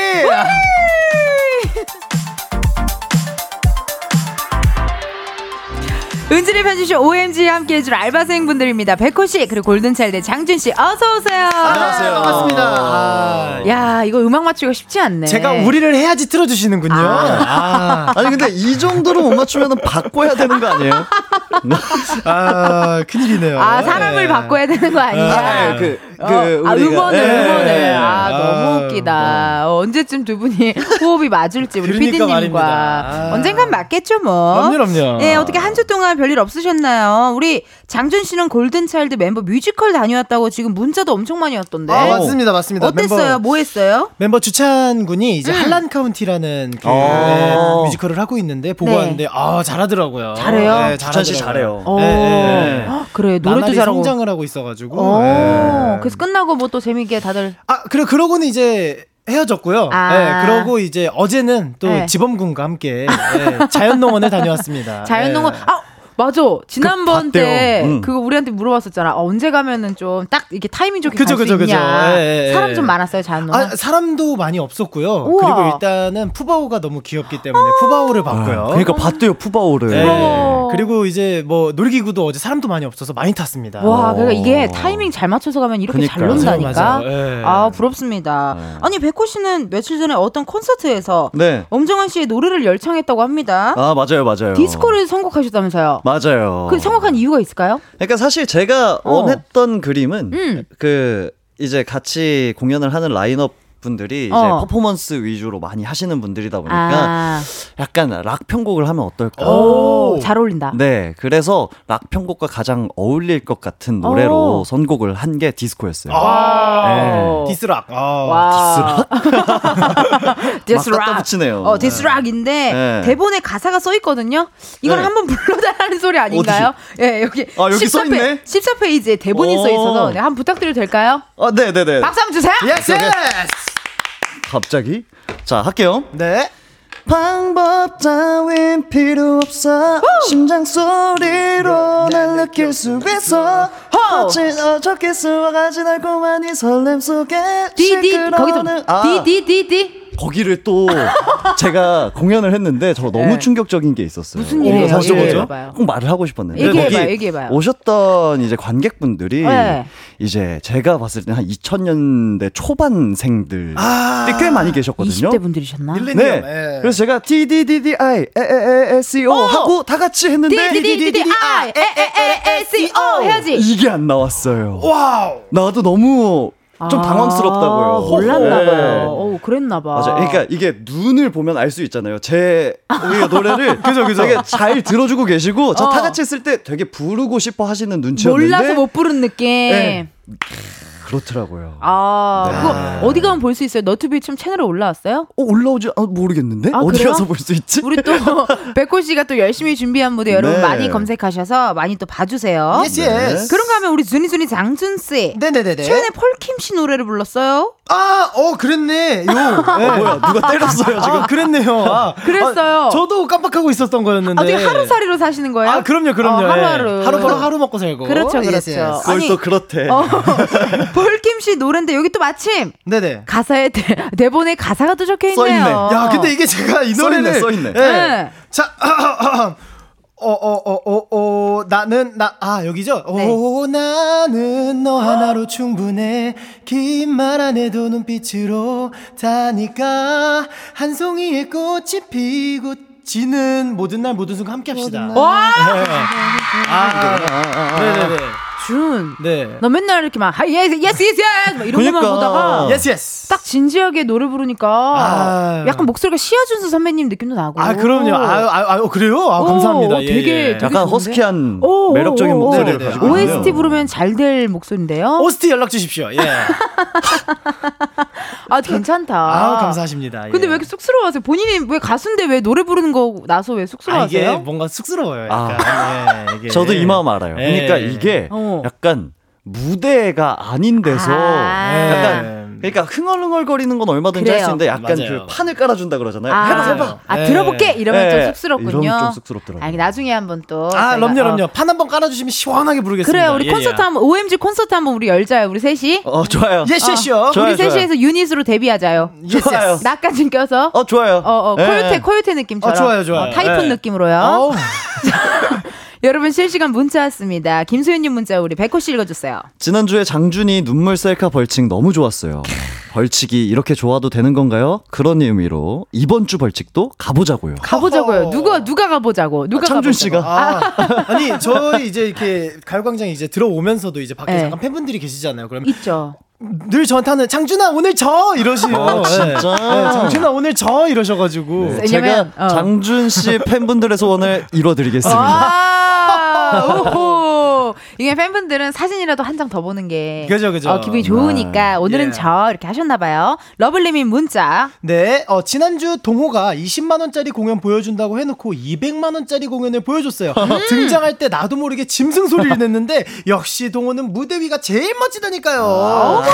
S1: 은진이 편집쇼 OMG에 함께 해줄 알바생분들입니다. 백호씨, 그리고 골든차일드 장준씨, 어서오세요.
S8: 안녕하세요 반갑습니다 아,
S1: 야, 이거 음악 맞추기가 쉽지 않네.
S9: 제가 우리를 해야지 틀어주시는군요. 아,
S8: 네. 아니 근데 이 정도로 못 맞추면 바꿔야 되는 거 아니에요?
S9: 아, 큰일이네요.
S1: 아, 사람을
S9: 예.
S1: 바꿔야 되는 거 아니야?
S8: 아, 그, 그
S1: 어, 아,
S8: 우리가-
S1: 음원을,
S8: 예.
S1: 음원을. 아,
S9: 예.
S1: 너무
S9: 네. 아,
S1: 웃기다. 어, 언제쯤 두 분이 호흡이 맞을지, 우리
S9: 그러니까
S1: 피디님과.
S9: 말입니다. 아.
S1: 언젠간 맞겠죠, 뭐.
S9: 어? 그럼요, 그럼요.
S1: 예, 어떻게 한 주 동안 별일 없으셨나요? 우리 장준씨는 골든차일드 멤버 뮤지컬 다녀왔다고 지금 문자도 엄청 많이 왔던데.
S9: 아, 맞습니다, 맞습니다.
S1: 어? 어땠어요? 음.
S9: 멤버,
S1: 뭐 했어요?
S9: 멤버 주찬 군이 이제 한란 카운티라는 그
S8: 어.
S9: 네, 뮤지컬을 하고 있는데 보고
S1: 네.
S9: 왔는데 아 잘하더라고요.
S1: 잘해요?
S8: 주찬 씨 잘해요.
S1: 어.
S9: 네, 네, 네.
S1: 헉, 그래 노래도
S9: 나날이
S1: 잘하고.
S9: 성장을 하고 있어가지고.
S1: 어.
S9: 네.
S1: 그래서 끝나고 뭐 또 재밌게 다들
S9: 아 그래 그러고는 이제 헤어졌고요.
S1: 아.
S9: 네, 그러고 이제 어제는 또
S1: 네.
S9: 지범군과 함께 네, 자연농원에 다녀왔습니다.
S1: 자연농원
S9: 네.
S1: 아 맞아 지난번
S8: 봤대요.
S1: 때
S8: 음.
S1: 그거 우리한테 물어봤었잖아 어, 언제 가면은 좀 딱 이게 타이밍 좋게
S9: 그죠,
S1: 갈 수
S9: 그죠, 그죠.
S1: 있냐
S9: 예, 예,
S1: 사람
S9: 예.
S1: 좀 많았어요 자연농원
S9: 아, 사람도 많이 없었고요.
S1: 우와.
S9: 그리고 일단은 푸바오가 너무 귀엽기 때문에 푸바오를 봤고요.
S8: 그러니까 봤대요 푸바오를.
S9: 네.
S1: 우와.
S9: 그리고 이제 뭐 놀이기구도 어제 사람도 많이 없어서 많이 탔습니다.
S1: 와
S8: 어.
S1: 그러니까 이게 타이밍 잘 맞춰서 가면 이렇게 잘
S8: 그러니까요.
S1: 논다니까
S9: 맞아요, 맞아요. 예.
S1: 아 부럽습니다 아니 백호 씨는 며칠 전에 어떤 콘서트에서
S8: 네.
S1: 엄정환 씨의 노래를 열창했다고 합니다
S8: 아 맞아요 맞아요.
S1: 어? 디스코를 선곡하셨다면서요
S8: 맞아요.
S1: 그 선곡한 이유가 있을까요?
S8: 그러니까 사실 제가
S1: 어.
S8: 원했던 그림은
S1: 음.
S8: 그 이제 같이 공연을 하는 라인업 분들이
S1: 어.
S8: 이제 퍼포먼스 위주로 많이 하시는 분들이다 보니까
S1: 아.
S8: 약간 락 편곡을 하면 어떨까?
S1: 오, 잘 어울린다.
S8: 네, 그래서 락 편곡과 가장 어울릴 것 같은 노래로
S1: 오.
S8: 선곡을 한 게 디스코였어요.
S9: 아,
S1: 네.
S9: 디스락. 아.
S1: 와.
S8: 막 갖다 붙이네요.
S1: 어, 디스락인데
S8: 네.
S1: 대본에 가사가 써 있거든요. 이걸
S8: 네.
S1: 한번 불러달라는 소리 아닌가요? 예, 여기
S8: 아, 여기 써 있네?
S1: 14페이지에 대본이
S8: 오.
S1: 써 있어서 네, 한번 부탁드려도 될까요?
S8: 아, 네, 네, 네.
S1: 박수 한번 주세요.
S9: 예스!
S8: 갑자기? 자, 할게요.
S9: 네.
S8: 방법 따윈 필요 없어 심장
S1: 네,
S8: 소리로 날 느낄 수 있어 어찌 어저께 수와같이 달콤한 이 설렘 속에
S1: 디디 거기서
S8: 아,
S1: 디디디디
S8: 거기를 또 제가 공연을 했는데 저 너무
S1: 네.
S8: 충격적인 게 있었어요.
S1: 무슨 일이에요?
S8: 어, 사실
S1: 얘기해봐요.
S8: 뭐죠? 꼭 말을 하고 싶었는데
S1: 얘기해봐요,
S8: 거기
S1: 얘기해봐요.
S8: 오셨던 이제 관객분들이
S1: 네.
S8: 이제 제가 봤을 때 한 2000년대 초반생들이
S9: 아.
S8: 꽤 많이 계셨거든요.
S1: 20대 분들이셨나?
S8: 네. 그래서 제가 TDDDI 에에에에SEO 하고 다 같이 했는데
S1: DDDDI 에에에에CO 해야지.
S8: 아. 이게 안 나왔어요.
S9: 와우.
S8: 나도 너무 좀
S1: 아,
S8: 당황스럽다고요.
S1: 몰랐나
S8: 네.
S1: 봐요. 어, 그랬나 봐.
S8: 맞아. 그러니까 이게 눈을 보면 알 수 있잖아요. 제 우리의 노래를
S9: 그죠, 그죠.
S8: 되게 잘 들어주고 계시고 저
S1: 어.
S8: 다 같이 했을 때 되게 부르고 싶어 하시는 눈치였는데
S1: 몰라서 못 부른 느낌.
S8: 네. 그렇더라고요.
S1: 아,
S8: 네.
S1: 그거 어디 가면 볼 수 있어요? 너튜브 지금 채널에 올라왔어요?
S8: 어, 올라오지 아, 모르겠는데
S1: 아,
S8: 어디
S1: 그래요?
S8: 가서 볼 수 있지?
S1: 우리 또 백호 씨가 또 열심히 준비한 무대 여러분
S8: 네.
S1: 많이 검색하셔서 많이 또 봐주세요.
S9: 예스 예스.
S1: 그런가 하면 우리 준이 준이 장준 씨
S9: 네네네네.
S1: 최근에 폴킴 씨 노래를 불렀어요.
S9: 아, 어, 그랬네. 요.
S8: 어, 뭐야 누가 때렸어요 지금?
S9: 아, 그랬네요. 아,
S1: 그랬어요.
S9: 아, 저도 깜빡하고 있었던 거였는데.
S1: 아, 되게 하루살이로 사시는 거예요?
S9: 네. 아, 그럼요, 그럼요.
S1: 어,
S9: 예.
S1: 하루하루.
S9: 하루하루 하루 먹고 예, 살고.
S1: 그렇죠, 그렇죠.
S9: Yes, yes.
S8: 그걸
S1: 아니,
S8: 또 그렇대.
S1: 어, 폴킴 씨 노래인데 여기 또 마침
S9: 네네.
S1: 가사에 대, 대본에 가사가 또 적혀 있네요.
S8: 써있네.
S9: 야, 근데 이게 제가 이
S8: 써있네,
S9: 노래를
S8: 써있네.
S9: 예.
S1: 네.
S9: 자, 어, 어, 어, 어, 어, 나는, 나, 아, 여기죠? 오,
S1: 네.
S9: 나는 너 하나로 충분해. 긴 말 안 해도 눈빛으로 다니까. 한 송이의 꽃이 피고 지는 모든 날 모든 순간 함께 합시다.
S1: 와,
S9: 네.
S8: 어,
S9: 아, 네네네.
S1: 준.
S9: 네.
S1: 너 맨날 이렇게 막 아, 예스 예스 예스 예스 막 이런 것만
S8: 그러니까.
S1: 보다가
S9: 예스, 예스.
S1: 어. 딱 진지하게 노래 부르니까
S9: 아.
S1: 약간 목소리가 시아준수 선배님 느낌도 나고.
S9: 아, 그럼요. 아유, 아유, 아유, 그래요? 아,
S1: 오,
S9: 감사합니다.
S1: 오,
S9: 예,
S1: 되게,
S9: 예.
S1: 되게
S8: 약간
S1: 좋은데? 어,
S8: 허스키한
S1: 오, 오,
S8: 매력적인
S1: 오, 오.
S8: 목소리를
S9: 네네네.
S8: 가지고 있네요. 어,
S1: OST 부르면 잘 될 목소리인데요.
S9: OST 연락 주십시오. 예.
S1: 아 괜찮다.
S9: 아, 감사하십니다. 예.
S1: 근데 왜 이렇게 쑥스러워하세요? 본인이 왜 가수인데 왜 노래 부르는 거 나서 왜
S9: 아, 이게
S8: 뭐,
S1: 쑥스러워하세요?
S9: 뭔가 쑥스러워요.
S8: 아.
S9: 약간. 예, 이게.
S8: 저도 이 마음 알아요.
S9: 예.
S8: 그러니까 이게
S1: 어.
S8: 약간 무대가 아닌 데서
S1: 아.
S9: 예.
S8: 약간 그러니까 흥얼흥얼거리는 건 얼마든지 할
S1: 그래요.
S8: 수 있는데 약간
S9: 맞아요.
S8: 그 판을 깔아준다 그러잖아요.
S1: 아,
S8: 해봐 해봐.
S1: 아,
S9: 네.
S1: 들어볼게 이러면
S8: 네.
S1: 좀 쑥스럽군요.
S8: 이러면 좀 쑥스럽더라고요.
S1: 아니, 나중에 한번 또.
S9: 아,
S1: 저희가,
S9: 그럼요, 그럼요.
S1: 어.
S9: 판 한번 깔아주시면 시원하게 부르겠습니다.
S1: 그래요, 우리
S9: 예,
S1: 콘서트 한번 OMG 콘서트 한번 우리 열자요, 우리 셋이.
S8: 어 좋아요.
S1: 네.
S9: 예. 예스, 예스요.
S8: 좋아요,
S1: 우리
S8: 좋아요.
S1: 셋이에서 유닛으로 데뷔하자요.
S8: 좋아요.
S1: 나까지 껴서.
S8: 어 좋아요.
S1: 어, 어,
S8: 예.
S1: 코요테, 코요테 느낌처럼.
S9: 어, 좋아요, 좋아요.
S1: 타이푼
S9: 예.
S1: 느낌으로요.
S9: 어우,
S1: 여러분 실시간 문자 왔습니다. 김소연님 문자 우리 백호 씨 읽어주세요.
S8: 지난주에 장준이 눈물 셀카 벌칙 너무 좋았어요. 벌칙이 이렇게 좋아도 되는 건가요? 그런 의미로 이번 주 벌칙도 가보자고요.
S1: 가보자고요.
S9: 어허.
S1: 누가 누가 가보자고. 누가
S8: 창준
S1: 가보자고.
S8: 씨가
S9: 아, 아니 저희 이제 이렇게 가요광장 이제 들어오면서도 이제 밖에
S1: 네.
S9: 잠깐 팬분들이 계시잖아요. 그러면
S1: 있죠.
S9: 늘 저한테 하는 장준아 오늘 저 이러시요.
S8: 어, 진짜?
S9: 장준아 오늘 저 이러셔가지고.
S1: 왜냐면,
S8: 네, 제가
S1: 어.
S8: 장준 씨 팬분들의 소원을 이뤄드리겠습니다.
S1: 아, 오호. 이게 팬분들은 사진이라도 한 장 더 보는 게
S9: 그죠, 그죠.
S1: 어, 기분이 좋으니까
S8: 아,
S1: 오늘은
S9: 예.
S1: 저 이렇게 하셨나 봐요. 러블리민 문자.
S9: 네, 어, 지난주 동호가 20만원짜리 공연 보여준다고 해놓고 200만원짜리 공연을 보여줬어요. 등장할 때 나도 모르게 짐승 소리를 냈는데, 역시 동호는 무대 위가 제일 멋지다니까요.
S8: 아.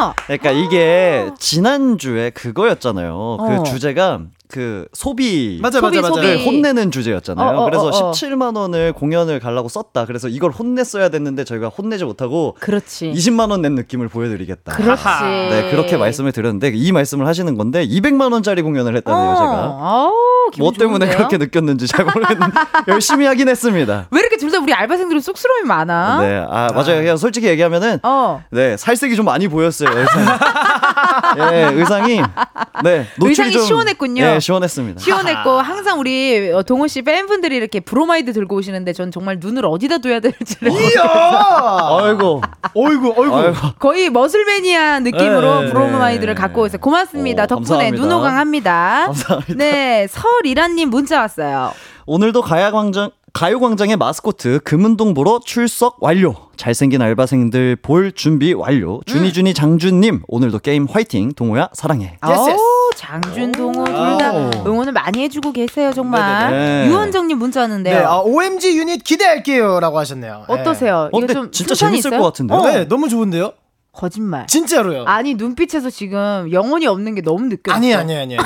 S1: 어,
S8: 그러니까 이게 지난주에 그거였잖아요.
S1: 아. 어.
S8: 그 주제가 그 소비
S9: 맞아,
S1: 소비,
S9: 맞아, 맞아.
S1: 소비.
S8: 를 혼내는 주제였잖아요.
S1: 어, 어,
S8: 그래서
S1: 어, 어.
S8: 17만 원을 공연을 가려고 썼다. 그래서 이걸 혼냈어야 됐는데 저희가 혼내지 못하고
S1: 그렇지.
S8: 20만 원 낸 느낌을 보여드리겠다.
S1: 네. 그렇지.
S8: 네 그렇게 말씀을 드렸는데 이 말씀을 하시는 건데 200만 원짜리 공연을
S1: 어,
S8: 했다네요 제가. 뭐 때문에 그렇게 느꼈는지 잘 모르겠는데 열심히 하긴 했습니다.
S1: 왜 이렇게 둘 다 우리 알바생들은 쑥스러움이 어? 많아?
S8: 네, 아 맞아요. 그냥 솔직히 얘기하면은
S1: 어.
S8: 네 살색이 좀 많이 보였어요. 의상이. 예, 의상이 네 노출이
S1: 의상이
S8: 좀-
S1: 시원했군요.
S8: 예, 시원했습니다.
S1: 시원했고 항상 우리 어, 동호 씨 팬분들이 이렇게 브로마이드 들고 오시는데 전 정말 눈을 어디다 둬야 될지를
S9: 이야!
S8: 아이고,
S9: 어이구, 어이구.
S8: 아이고.
S1: 거의 머슬맨이야 느낌으로
S9: 네,
S1: 브로마이드를 갖고 있어요. 고맙습니다.
S8: 오,
S1: 덕분에
S8: 감사합니다.
S1: 눈호강합니다.
S8: 감사합니다.
S1: 네, 설이란님 문자 왔어요.
S8: 오늘도 가야광장 가요광장의 마스코트 금은동 보러 출석 완료. 잘생긴 알바생들 볼 준비 완료.
S1: 음.
S8: 준이준이 장준님 오늘도 게임 화이팅. 동호야 사랑해.
S9: Yes, yes.
S1: 오, 장준 동호 둘 다
S8: 오.
S1: 응원을 많이 해주고 계세요 정말.
S8: 네네네.
S1: 유원정님 문자 왔는데요.
S9: 네, 아, OMG 유닛 기대할게요. 라고 하셨네요. 예.
S1: 어떠세요?
S8: 어,
S1: 이거
S8: 근데
S1: 좀
S8: 진짜
S1: 칭찬이
S8: 재밌을
S1: 있어요? 아,
S8: 것 같은데요?
S9: 어, 네, 너무 좋은데요?
S1: 거짓말.
S9: 진짜로요.
S1: 아니 눈빛에서 지금 영혼이 없는 게 너무 느껴.
S9: 아니, 아니, 아니, 아니.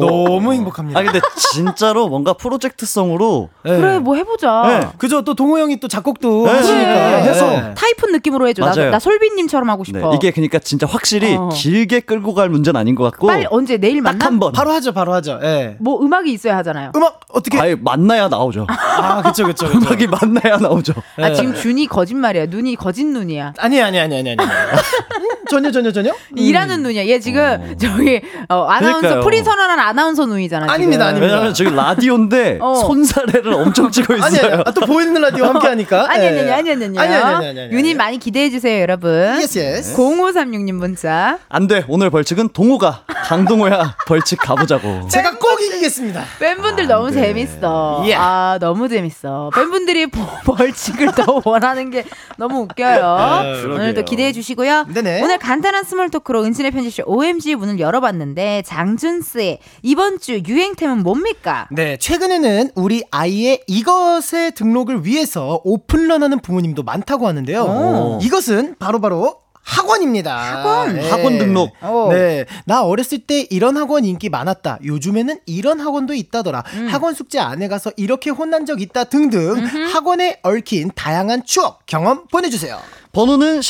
S9: 너무 행복합니다. 네.
S8: 아 근데 진짜로 뭔가 프로젝트성으로
S1: 그래 뭐 해보자.
S8: 네.
S9: 그죠 또 동호 형이 또 작곡도
S8: 네.
S9: 하시니까
S8: 그래.
S9: 해서
S8: 네.
S1: 타이푼 느낌으로 해줘. 나,
S8: 맞아요.
S1: 나 솔비님처럼 하고
S8: 네,
S1: 싶어.
S8: 이게 그러니까 진짜 확실히
S1: 어.
S8: 길게 끌고 갈 문제는 아닌 것 같고
S1: 빨리 언제 내일 만나?
S8: 딱한 번.
S9: 바로 하죠 바로 하죠. 예.
S1: 뭐 음악이 있어야 하잖아요.
S9: 음악 어떻게
S8: 아예 만나야 나오죠.
S9: 아 그쵸 그쵸. 그쵸.
S8: 음악이 만나야 나오죠.
S1: 아 지금 준이 거짓말이야. 눈이 거짓 눈이야.
S9: 아니 아니 아니 아니 아니. 음, 전혀 전혀 전혀.
S1: 일하는 눈이야. 얘 지금 저기 어, 아나운서
S8: 그러니까요.
S1: 프린 선언한 아나운서 눈이잖아. 지금.
S9: 아닙니다 아닙니다.
S8: 네. 왜냐면 저기 라디오인데
S1: 어.
S8: 손사래를 엄청 찍고
S9: 아니
S8: 있어요.
S9: 아니 아, 또 보이는 라디오 함께 하니까.
S1: 아니
S9: 예.
S1: 아니 아니 아니 아니
S9: 아니 아니
S1: 아니
S9: 아니.
S1: 유닛 많이 기대해 주세요 여러분.
S9: 예스 예스.
S1: 0536님 문자.
S8: 안 돼. 오늘 벌칙은 동호가 강동호야 벌칙 가보자고.
S9: 제가 꼭 이기겠습니다.
S1: 팬분들 너무 재밌어. 아 너무 재밌어. 팬분들이 보- 벌칙을 더 원하는 게 너무 웃겨요. 아, 오늘도 기대해 주시고요.
S9: 아, 네네.
S1: 오늘 간단한 스몰 토크로 은신의 편집쇼 OMG 문을 열어봤는데 장준스의 이번 주 유행템은 뭡니까?
S9: 네, 최근에는 우리 아이의 이것의 등록을 위해서 오픈런하는 부모님도 많다고 하는데요.
S1: 어.
S9: 이것은 바로바로 학원입니다. 학원?
S8: 학원 등록.
S9: 네. 나 어렸을 때 이런 학원 인기 많았다. 요즘에는 이런 학원도 있다더라.
S1: 음.
S9: 학원 숙제 안 해가서 이렇게 혼난 적 있다 등등 학원에 얽힌 다양한 추억, 경험 보내주세요.
S8: 번호는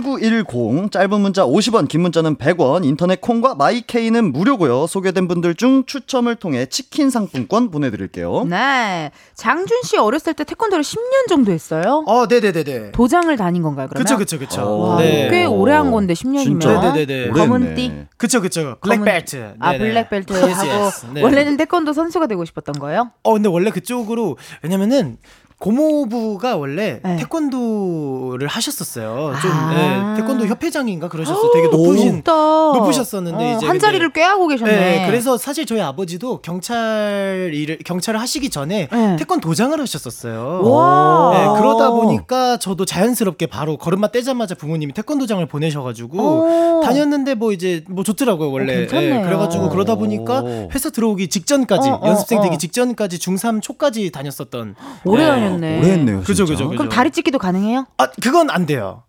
S8: 샵8910 짧은 문자 50원 긴 문자는 100원 인터넷 콩과 마이케이는 무료고요. 소개된 분들 중 추첨을 통해 치킨 상품권
S9: 음.
S8: 보내드릴게요.
S1: 네. 장준 씨 어렸을 때 태권도를 10년 정도 했어요.
S9: 어, 네네네네.
S1: 도장을 다닌 건가요, 그러면?
S9: 그쵸, 그쵸, 그쵸.
S8: 어.
S1: 와,
S9: 네.
S1: 꽤 오래 한 건데
S8: 진짜
S1: 10년이면.
S9: 네네네네.
S8: 오래됐네.
S1: 검은 띠.
S9: 그쵸, 그쵸.
S1: 검은-
S9: 블랙벨트.
S1: 아
S9: 네네.
S1: 블랙벨트
S9: Yes,
S1: 하고
S9: yes. 네.
S1: 원래는 태권도 선수가 되고 싶었던 거예요?
S9: 어 근데 원래 그쪽으로 왜냐면은 고모부가 원래
S1: 네.
S9: 태권도를 하셨었어요. 좀
S1: 아.
S9: 네, 태권도 협회장인가 그러셨어. 되게 높으신
S1: 높다. 어,
S9: 높으셨었는데 이제
S1: 한
S9: 근데-
S1: 자리를 꾀하고 계셨네.
S9: 네, 그래서 사실 저희 아버지도 경찰 일을 경찰을 하시기 전에
S1: 네.
S9: 태권도장을 하셨었어요.
S1: 와.
S9: 네, 그러다
S1: 어.
S9: 보니까 저도 자연스럽게 바로 걸음마 떼자마자 부모님이 태권도장을 보내셔가지고
S1: 오.
S9: 다녔는데 뭐 이제 뭐 좋더라고요 원래.
S1: 어, 괜찮네요.
S9: 예, 그래가지고 그러다 보니까
S8: 오.
S9: 회사 들어오기 직전까지
S1: 어, 어,
S9: 연습생
S1: 어.
S9: 되기 직전까지 중3 초까지 다녔었던.
S1: 오래
S9: 예.
S1: 다녔네.
S8: 오래 했네요.
S9: 그죠
S8: 진짜.
S9: 그죠 그죠.
S1: 그럼 다리 찢기도 가능해요?
S9: 아 그건 안 돼요.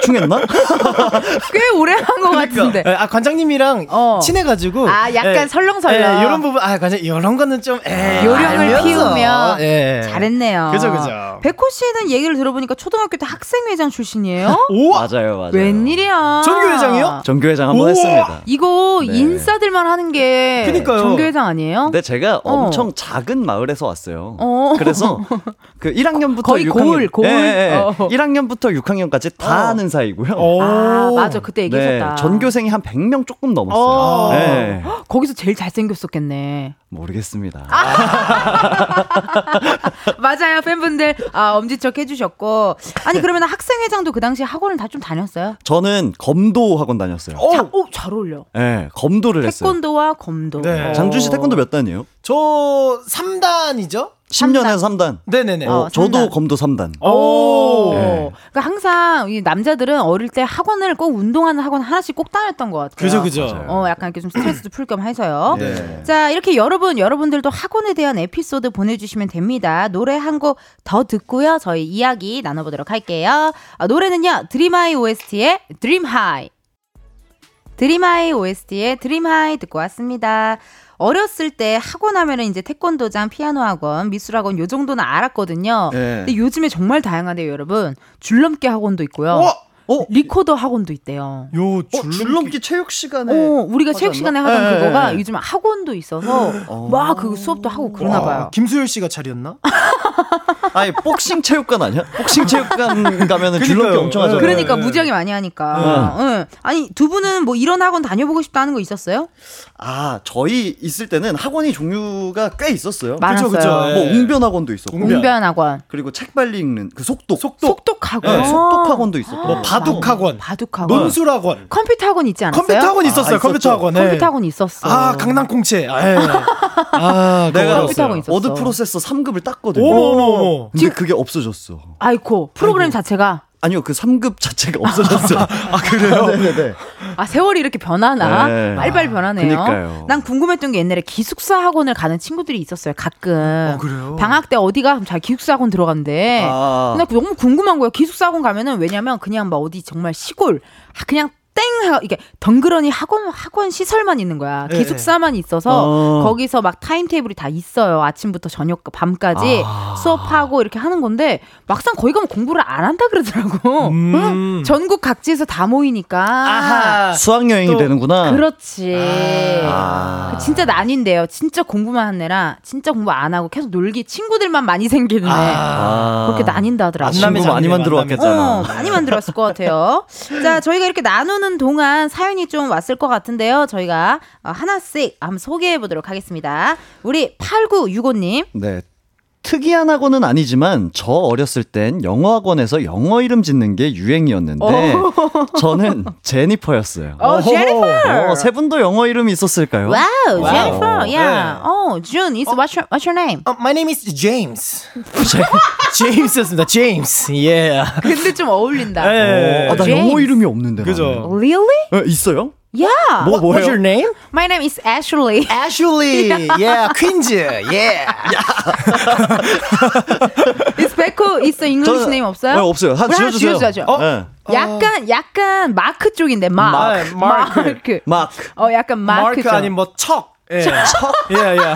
S8: 대충 했나?
S1: 꽤 오래 한 것 같은데.
S9: 예, 아 관장님이랑
S1: 네. 어.
S9: 친해가지고.
S1: 아, 약간 설렁설렁. 아,
S9: 이런 네. 부분 아 관장 이런 거는 좀 에이,
S1: 요령을
S9: 알면서.
S1: 피우면
S9: 예.
S1: 잘했네요.
S9: 그죠, 그죠.
S1: 백호 씨는 얘기를 들어보니까 초등학교 때 학생회장 출신이에요?
S9: 오
S8: 맞아요 맞아요.
S1: 웬일이야?
S9: 전교회장이요?
S8: 정교회장 한번
S9: 우와.
S8: 했습니다.
S1: 이거
S8: 네.
S1: 인싸들만 하는 게
S9: 그니까요. 네.
S1: 전교회장 아니에요?
S8: 근데 제가
S1: 어.
S8: 엄청 작은 마을에서 왔어요.
S1: 어.
S8: 그래서 그 1학년부터
S1: 거의
S8: 6학년,
S1: 고을, 고을.
S8: 예, 예, 예.
S1: 어.
S8: 1학년부터 6학년까지 다
S1: 어.
S8: 아는 사이고요. 네,
S1: 아
S9: 오. 네.
S1: 맞아 그때 얘기했었다.
S8: 전교생이 한 100명 조금
S9: 어.
S8: 넘었어요. 예.
S1: 거기서 제일 잘생겼었겠네.
S8: 모르겠습니다.
S1: 아! 맞아요, 팬분들. 아, 엄지척 해주셨고. 아니, 그러면 학생회장도 그 당시 학원을 다 좀 다녔어요?
S8: 저는 검도 학원 다녔어요.
S1: 자, 오, 잘 어울려.
S8: 예, 검도를 했어요. 예.
S1: 태권도와 검도.
S9: 네.
S1: 어.
S8: 장준 씨 태권도 몇 단이에요?
S9: 저 3단이죠?
S8: 10년에서 3단.
S9: 네네네.
S8: 어,
S1: 어,
S8: 저도
S1: 삼단. 어.
S8: 검도 3단.
S1: 오.
S8: 네.
S1: 그러니까 항상 이 남자들은 어릴 때 학원을 꼭 운동하는 학원 하나씩 꼭 다녔던 것 같아요.
S9: 그죠, 그죠.
S8: 맞아요.
S1: 어, 약간 이렇게 좀 스트레스도 풀 겸 해서요.
S8: 예.
S9: 네.
S1: 자, 이렇게 여러분, 여러분들도 학원에 대한 에피소드 보내주시면 됩니다. 노래 한 곡 더 듣고요. 저희 이야기 나눠보도록 할게요. 아, 노래는요, 드림하이 OST의 드림하이. 드림하이 OST의 드림하이 듣고 왔습니다. 어렸을 때 학원 하면은 이제 태권도장, 피아노 학원, 미술 학원 요 정도는 알았거든요.
S8: 네.
S1: 근데 요즘에 정말 다양한데요, 여러분. 줄넘기 학원도 있고요.
S9: 어?
S1: 리코더 학원도 있대요.
S9: 요
S8: 어? 줄넘기 체육 시간에
S1: 어, 우리가 체육 시간에 하던
S8: 예,
S1: 그거가
S8: 예, 예.
S1: 요즘 학원도 네, 있어서 막 그 수업도 하고 그러나 봐요.
S9: 김수열 씨가 차렸나?
S1: 아,
S8: 아니 복싱 체육관 아니야? 복싱 체육관 가면은 줄넘기
S9: 그러니까요.
S8: 엄청 하잖아요.
S1: 그러니까
S9: 예, 예.
S1: 무지하게 많이 하니까. 응. 아니 두 분은 뭐 이런 학원 다녀보고 싶다는 거 있었어요?
S8: 아, 저희 있을 때는 학원이 종류가 꽤 있었어요.
S1: 많았어요.
S9: 그쵸, 그쵸.
S8: 뭐 웅변 학원도 있었고.
S9: 네. 웅변.
S1: 웅변 학원,
S8: 그리고 책 빨리 읽는 그 속독.
S9: 속도,
S1: 속독 학원,
S8: 네, 속독 학원도 있었고.
S1: 아.
S9: 뭐 바둑학원,
S1: 바둑 학원,
S9: 논술학원,
S1: 컴퓨터 학원 아. 있지 않았어요?
S9: 컴퓨터 학원 있었어요.
S8: 아,
S9: 컴퓨터
S8: 있었죠.
S9: 학원. 네.
S1: 컴퓨터 학원 있었어.
S9: 아 강남 콩채. 아, 예. 아
S8: 내가
S1: 컴퓨터 학원 있었어.
S9: 컴퓨터
S8: 워드 프로세서 3급을 땄거든요.
S9: 어머, 어머, 어머.
S8: 근데 그게 없어졌어.
S1: 아이코 프로그램 자체가
S8: 아니요, 그 3급 자체가 없어졌어요. 아,
S9: 그래요?
S8: 네네네.
S1: 아 세월이 이렇게 변하나
S8: 네.
S1: 빨빨 변하네요.
S8: 그니까요.
S1: 난 궁금했던 게 옛날에 기숙사 학원을 가는 친구들이 있었어요. 가끔
S9: 그래요?
S1: 방학 때 어디가 하면 잘 기숙사 학원 들어간대.
S8: 아.
S1: 근데 너무 궁금한 거예요. 기숙사 학원 가면은 왜냐면 그냥 막 어디 정말 시골 아, 그냥 땡 하고 이게 덩그러니 학원 학원 시설만 있는 거야.
S3: 네.
S1: 기숙사만 있어서
S3: 어.
S1: 거기서 막 타임 테이블이 다 있어요. 아침부터 저녁 밤까지 수업하고 이렇게 하는 건데 막상 거기 가면 공부를 안 한다 그러더라고. 응? 전국 각지에서 다 모이니까 아.
S8: 수학여행이 되는구나.
S1: 그렇지.
S8: 아.
S1: 그 진짜 난인데요. 진짜 공부만 한 애랑 진짜 공부 안 하고 계속 놀기 친구들만 많이 생기는 애.
S8: 아.
S1: 그렇게 난인다 하더라고요.
S8: 친구 많이 만들어 왔겠잖아.
S1: 어, 많이 만들었을 것 같아요. 자, 저희가 이렇게 나누는 동안 사연이 좀 왔을 것 같은데요. 저희가 어, 하나씩 한번 소개해 보도록 하겠습니다. 우리 8965님.
S8: 네. 특이한 학원은 아니지만 저 어렸을 땐 영어 학원에서 영어 이름 짓는 게 유행이었는데 저는 제니퍼였어요.
S1: 어, 제니퍼!
S8: 어, 세 분도 영어 이름이 있었을까요?
S1: 와우, 제니퍼.
S8: 와우. 네.
S1: Yeah. Oh, June. It's what's your what's your name?
S9: 어, my name is James. 제임스였습니다. 제임스. 예.
S1: 근데 좀 어울린다. 네.
S8: 아, 나 영어 이름이 없는데.
S9: 그죠. 아, 네.
S1: Really?
S8: 나는. 에, 있어요?
S1: Yeah.
S8: 뭐 뭐예요?
S9: What's your name?
S1: My name is Ashley.
S9: Ashley. Yeah, 퀸즈. Yeah.
S1: It's Becco. It's the English
S8: 저는-
S1: name 없어요?
S8: 네, 없어요. 한
S1: 우리 하나
S8: 지워주세요.
S1: 지워줘야죠.
S8: 어? 네.
S1: 약간 약간 마크 쪽인데 네, 마크.
S9: 마- 마크.
S8: 막
S1: 어 약간 마크죠.
S9: 마크 아니면 뭐 척. 예.
S8: 척?
S9: 예, 예.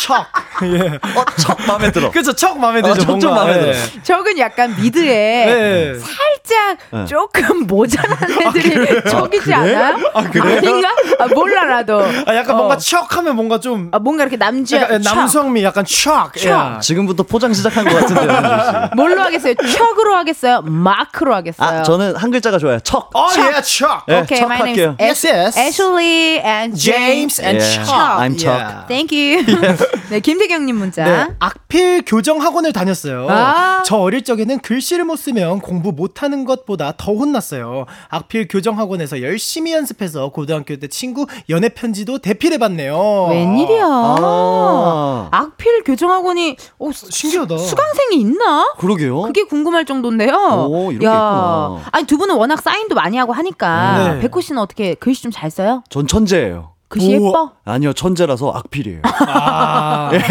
S9: 척. 예.
S8: 어, 척 마음에 들어.
S9: 그죠. 척 마음에
S8: 어,
S9: 들죠.
S8: 척
S9: 뭔가. 네.
S8: 좀 마음에 들어. 네.
S1: 적은 약간 미드에
S9: 예. 예.
S1: 살짝 조금 모자란
S9: 아,
S1: 애들이 적이지 않아요? 아,
S9: 그래요?
S1: 닌가 아, 몰라 나도.
S9: 아, 약간
S1: 어.
S9: 뭔가 척 하면 뭔가
S8: 어,
S9: 좀
S1: 아, 뭔가 이렇게 남자
S9: 약간 예, 네, 남성미 약간 척. 예.
S1: 척.
S8: 지금부터 포장 시작한 것 같은데요. 현준 씨.
S1: 뭘로 하겠어요? 척으로 하겠어요? 마크로 하겠어요?
S8: 아, 저는 한 글자가 좋아요. 척.
S9: 어, 예, 척.
S8: 예,
S1: Okay,
S8: 척
S1: my name
S8: 할게요.
S1: is Ash-
S9: Yes, yes.
S1: Ashley and
S9: James and 예.
S8: Yeah.
S9: Chuck.
S8: 예. I'm
S9: Yeah.
S8: Chuck.
S1: Thank you. 네, 김태경님 문자.
S9: 네, 악필 교정 학원을 다녔어요.
S1: 아.
S9: 저 어릴 적에는 글씨를 못 쓰면 공부 못하는 것보다 더 혼났어요. 악필 교정 학원에서 열심히 연습해서 고등학교 때 친구 연애 편지도 대필해봤네요.
S1: 웬일이야?
S8: 아.
S1: 악필 교정학원이 어, 수-
S9: 신기하다.
S1: 수강생이 있나?
S8: 그러게요.
S1: 어? 그게 궁금할 정도인데요.
S8: 오, 이렇게 있구나.
S1: 아니 두 분은 워낙 사인도 많이 하고 하니까
S9: 네.
S1: 백호 씨는 어떻게 글씨 좀 잘 써요?
S8: 전 천재예요.
S1: 글씨 예뻐? 아.
S8: 아니요, 천재라서 악필이에요. 예.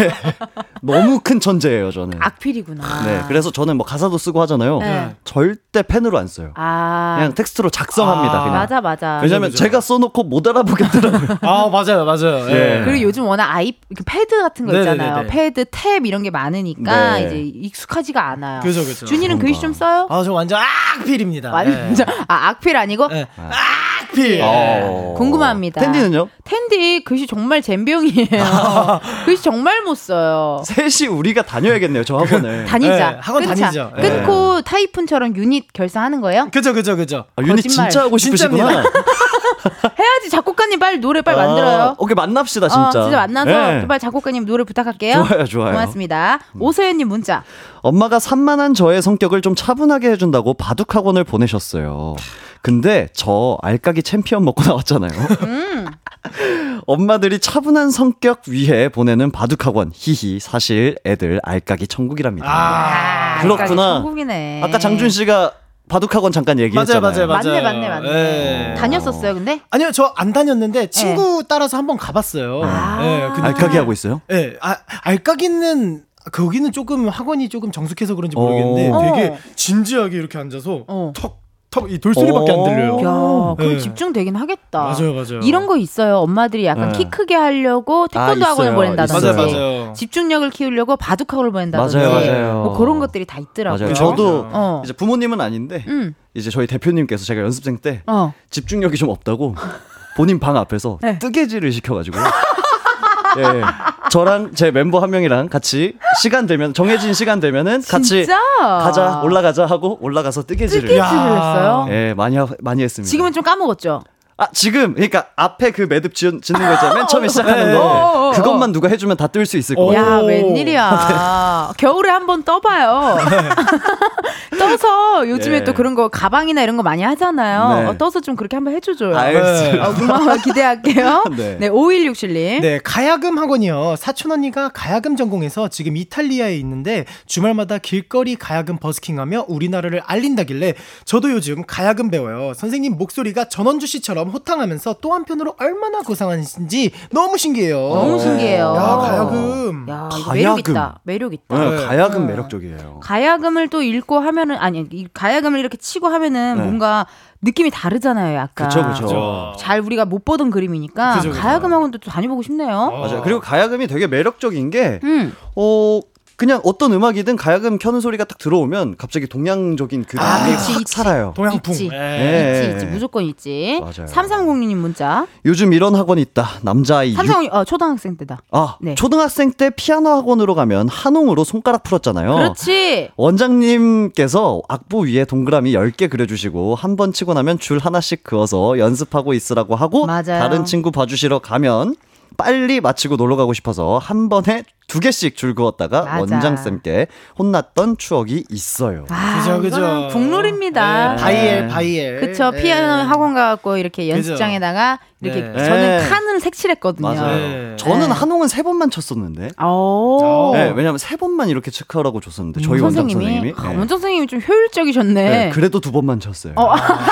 S8: 너무 큰 천재예요, 저는.
S1: 악필이구나.
S8: 네, 그래서 저는 뭐 가사도 쓰고 하잖아요.
S1: 네.
S8: 절대 펜으로 안 써요.
S1: 아
S8: 그냥 텍스트로 작성합니다.
S9: 아.
S8: 그냥.
S1: 맞아 맞아.
S8: 왜냐면
S9: 그죠, 그죠.
S8: 제가 써놓고 못 알아보겠더라고요.
S9: 아, 맞아요, 맞아요.
S8: 예.
S1: 그리고 요즘 워낙 아이 이렇게 패드 같은 거
S9: 네네네네.
S1: 있잖아요. 패드 탭 이런 게 많으니까
S8: 네.
S1: 이제 익숙하지가 않아요.
S9: 그죠, 그죠. 네.
S1: 준이는
S8: 그런가.
S1: 글씨 좀 써요?
S9: 아, 저 완전 악필입니다.
S1: 완전 아 악필 아니고
S9: 예. 예. 악필. 예.
S8: 어.
S1: 궁금합니다.
S8: 텐디는요?
S1: 텐디 글씨 정말 젬병이에요. 글씨 정말 못 써요.
S8: 셋이 우리가 다녀야겠네요, 저 학원을.
S1: 다니자.
S9: 네, 학원
S1: 끊자.
S9: 다니죠. 네.
S1: 끊고 타이푼처럼 유닛 결성하는 거예요?
S9: 그죠, 그죠, 그죠.
S8: 아, 유닛
S1: 거짓말.
S8: 진짜 하고 싶으시구나.
S1: 해야지 작곡가님 빨리 노래 빨리
S8: 아,
S1: 만들어요.
S8: 오케이, 만납시다, 진짜.
S1: 어, 진짜 만나서
S8: 예.
S1: 빨리 작곡가님 노래 부탁할게요.
S8: 좋아요, 좋아요. 음.
S1: 고맙습니다. 오서연님 문자.
S8: 엄마가 산만한 저의 성격을 좀 차분하게 해준다고 바둑 학원을 보내셨어요. 근데 저 알까기 챔피언 먹고 나왔잖아요.
S1: 음.
S8: 엄마들이 차분한 성격 위해 보내는 바둑 학원 히히 사실 애들 알까기 천국이랍니다.
S1: 아,
S8: 그렇구나.
S1: 천국이네.
S8: 아까 장준 씨가 바둑 학원 잠깐 얘기했잖아요.
S9: 맞아요, 맞아요, 맞아요.
S1: 맞네, 맞네, 맞네.
S9: 예.
S1: 다녔었어요, 근데?
S9: 아니요, 저 안 다녔는데
S1: 예.
S9: 친구 따라서 한번 가봤어요.
S1: 아.
S9: 예, 근데
S8: 알까기 하고 있어요?
S9: 예, 아, 알까기는 거기는 조금 학원이 조금 정숙해서 그런지 모르겠는데
S8: 어.
S9: 되게 진지하게 이렇게 앉아서
S1: 어.
S9: 턱 턱 이 돌소리밖에 안 들려요.
S1: 야, 그럼
S8: 네.
S9: 예.
S1: 집중되긴 하겠다.
S9: 맞아요, 맞아요.
S1: 이런 거 있어요. 엄마들이 약간
S8: 네.
S1: 키 크게 하려고 태권도
S8: 아,
S1: 학원을
S8: 있어요.
S1: 보낸다든지.
S9: 맞아요, 맞아요.
S1: 집중력을 키우려고 바둑 학원을 보낸다든지.
S8: 맞아요, 맞아요.
S1: 뭐 그런 것들이 다 있더라고요.
S8: 맞아요.
S9: 그렇죠.
S8: 저도
S1: 어.
S8: 이제 부모님은 아닌데
S1: 음.
S8: 이제 저희 대표님께서 제가 연습생 때
S1: 어.
S8: 집중력이 좀 없다고 본인 방 앞에서
S1: 네.
S8: 뜨개질을 시켜가지고 예, 저랑 제 멤버 한 명이랑 같이 시간 되면 정해진 시간 되면은 같이
S1: 진짜?
S8: 가자 올라가자 하고 올라가서 뜨개질을
S1: 뜨개질을
S9: 야.
S1: 했어요?
S8: 예 많이 하- 많이 했습니다.
S1: 지금은 좀 까먹었죠.
S8: 아 지금 그러니까 앞에 그 매듭 지은- 짓는 거 있잖아요. 맨 처음에 시작하는
S1: 어, 어,
S8: 거
S1: 어.
S8: 그것만 누가 해주면 다 뜰 수 있을 거예요.
S1: 야,
S8: 네.
S1: 웬일이야. 겨울에 한번 떠봐요. 떠서 요즘에
S8: 네.
S1: 또 그런 거 가방이나 이런 거 많이 하잖아요.
S8: 네.
S1: 어, 떠서 좀 그렇게 한번 해줘줘요.
S8: 알겠어요.
S1: 어, 고마워 기대할게요. 네.
S8: 네.
S1: 5167님.
S9: 네, 가야금 학원이요. 사촌 언니가 가야금 전공해서 지금 이탈리아에 있는데 주말마다 길거리 가야금 버스킹하며 우리나라를 알린다길래 저도 요즘 가야금 배워요. 선생님 목소리가 전원주 씨처럼 호탕하면서 또 한편으로 얼마나 고상하신지 너무 신기해요.
S1: 너무 신기해요.
S9: 야, 가야금.
S1: 야, 이거
S8: 가야금.
S1: 매력 있다. 매력 있다.
S8: 예, 가야금 매력적이에요.
S1: 가야금을 또 읽고 하면은 아니 이 가야금을 이렇게 치고 하면은
S8: 네.
S1: 뭔가 느낌이 다르잖아요, 약간.
S8: 그쵸, 그쵸.
S1: 잘 우리가 못 보던 그림이니까
S8: 그쵸, 어. 그쵸.
S1: 가야금학원도 또 다녀보고 싶네요.
S8: 맞아요. 그리고 가야금이 되게 매력적인 게,
S1: 음.
S8: 어, 그냥 어떤 음악이든 가야금 켜는 소리가 딱 들어오면 갑자기 동양적인 그
S1: 아,
S8: 느낌이
S1: 있지,
S8: 확
S1: 있지.
S8: 살아요.
S1: 동양풍. 있지.
S9: 네.
S8: 예.
S1: 있지, 있지. 무조건 있지.
S8: 맞아요.
S1: 3306님 문자.
S8: 요즘 이런 학원 있다. 남자아이. 육-
S1: 3306, 어, 초등학생 때다.
S8: 아, 초등학생 때 피아노 학원으로 가면 한홍으로 손가락 풀었잖아요.
S1: 그렇지.
S8: 원장님께서 악보 위에 동그라미 10개 그려주시고 한 번 치고 나면 줄 하나씩 그어서 연습하고 있으라고 하고 다른 친구 봐주시러 가면 빨리 마치고 놀러 가고 싶어서 한 번에 두 개씩 줄 그었다가
S1: 맞아.
S8: 원장쌤께 혼났던 추억이 있어요.
S1: 그죠, 그죠. 아, 국룰입니다.
S8: 네, 바이엘, 바이엘.
S1: 아. 그쵸.
S8: 네.
S1: 피아노 학원 가갖고 이렇게 연습장에다가 이렇게
S8: 네.
S1: 저는
S8: 네.
S1: 칸을 색칠했거든요.
S8: 맞아요. 저는
S1: 네. 어.
S8: 한홍은 세 번만 쳤었는데.
S1: 오.
S8: 네, 왜냐면 세 번만 이렇게 체크하라고 줬었는데 저희 원장 선생님이.
S1: 음, 아,
S8: 네.
S1: 원장 선생님이 좀 효율적이셨네.
S8: 네, 그래도 두 번만 쳤어요.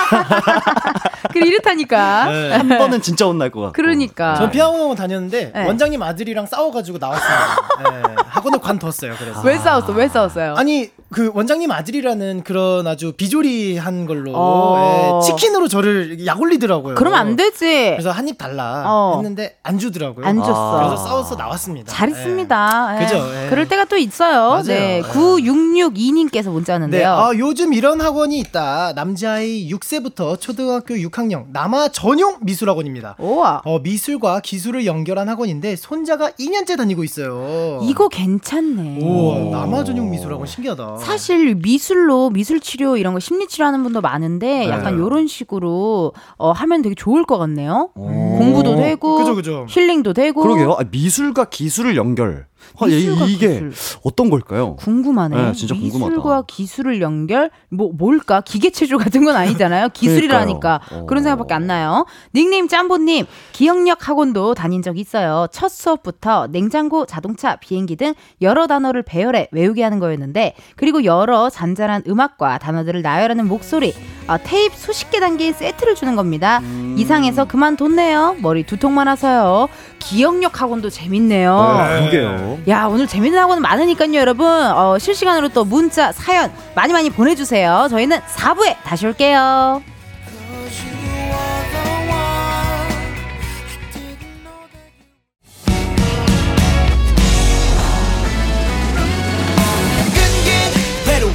S1: 그래 이렇다니까.
S8: 한 번은 진짜 혼날 것 같고.
S1: 그러니까.
S9: 네. 전 피아노 학원 다녔는데
S1: 네.
S9: 원장님 아들이랑 싸워가지고 나왔습니다. 네. 학원을 관뒀어요.
S8: 아.
S9: 그래서
S1: 왜 싸웠어? 왜 싸웠어요?
S9: 아니 그 원장님 아들이라는 그런 아주 비조리한 걸로
S1: 어.
S9: 예, 치킨으로 저를 약 올리더라고요.
S1: 그러면 안 되지.
S9: 그래서 한 입 달라
S1: 어.
S9: 했는데 안 주더라고요.
S8: 아.
S9: 아.
S1: 안 줬어.
S9: 그래서 싸워서 나왔습니다.
S1: 잘했습니다.
S8: 네.
S9: 예.
S1: 예.
S9: 그죠, 예.
S1: 그럴 때가 또 있어요. 네. 9662님께서 문자
S9: 네,
S1: 왔는데요.
S9: 아, 요즘 이런 학원이 있다. 남자아이 6세부터 초등학교 6학년 남아 전용 미술학원입니다. 어, 미술과 기술을 연결한 학원인데 손자가 2년째 다니고 있어요.
S1: 이거 괜찮네.
S9: 오, 남아 전용 미술학원 신기하다.
S1: 사실 미술로 미술 치료 이런 거 심리 치료하는 분도 많은데
S9: 네.
S1: 약간 요런 식으로 어, 하면 되게 좋을 것 같네요. 공부도 되고
S8: 그죠, 그죠.
S1: 힐링도 되고
S8: 그러게요. 아, 미술과 기술을 연결. 아,
S1: 어? 미술과
S8: 이- 이게 어떤 걸까요?
S1: 궁금하네.
S8: 네, 진짜 궁금하다.
S1: 미술과 기술을 연결 뭐 뭘까? 기계 체조 같은 건 아니잖아요. 기술이라니까
S8: 그러니까요. 어.
S1: 그런 생각밖에 안 나요. 닉네임 짬보님 기억력 학원도 다닌 적 있어요. 첫 수업부터 냉장고, 자동차, 비행기 등 여러 단어를 배열해 외우게 하는 거였는데 그리고 여러 잔잔한 음악과 단어들을 나열하는 목소리 아, 테이프 수십 개 단계의 세트를 주는 겁니다.
S8: 음.
S1: 이상해서 그만뒀네요. 머리 두통 많아서요. 기억력 학원도 재밌네요.
S9: 아,
S8: 네, 그게요.
S1: 야 오늘 재밌는 학원 많으니까요 여러분 어, 실시간으로 또 문자 사연 많이 많이 보내주세요 저희는 4부에 다시 올게요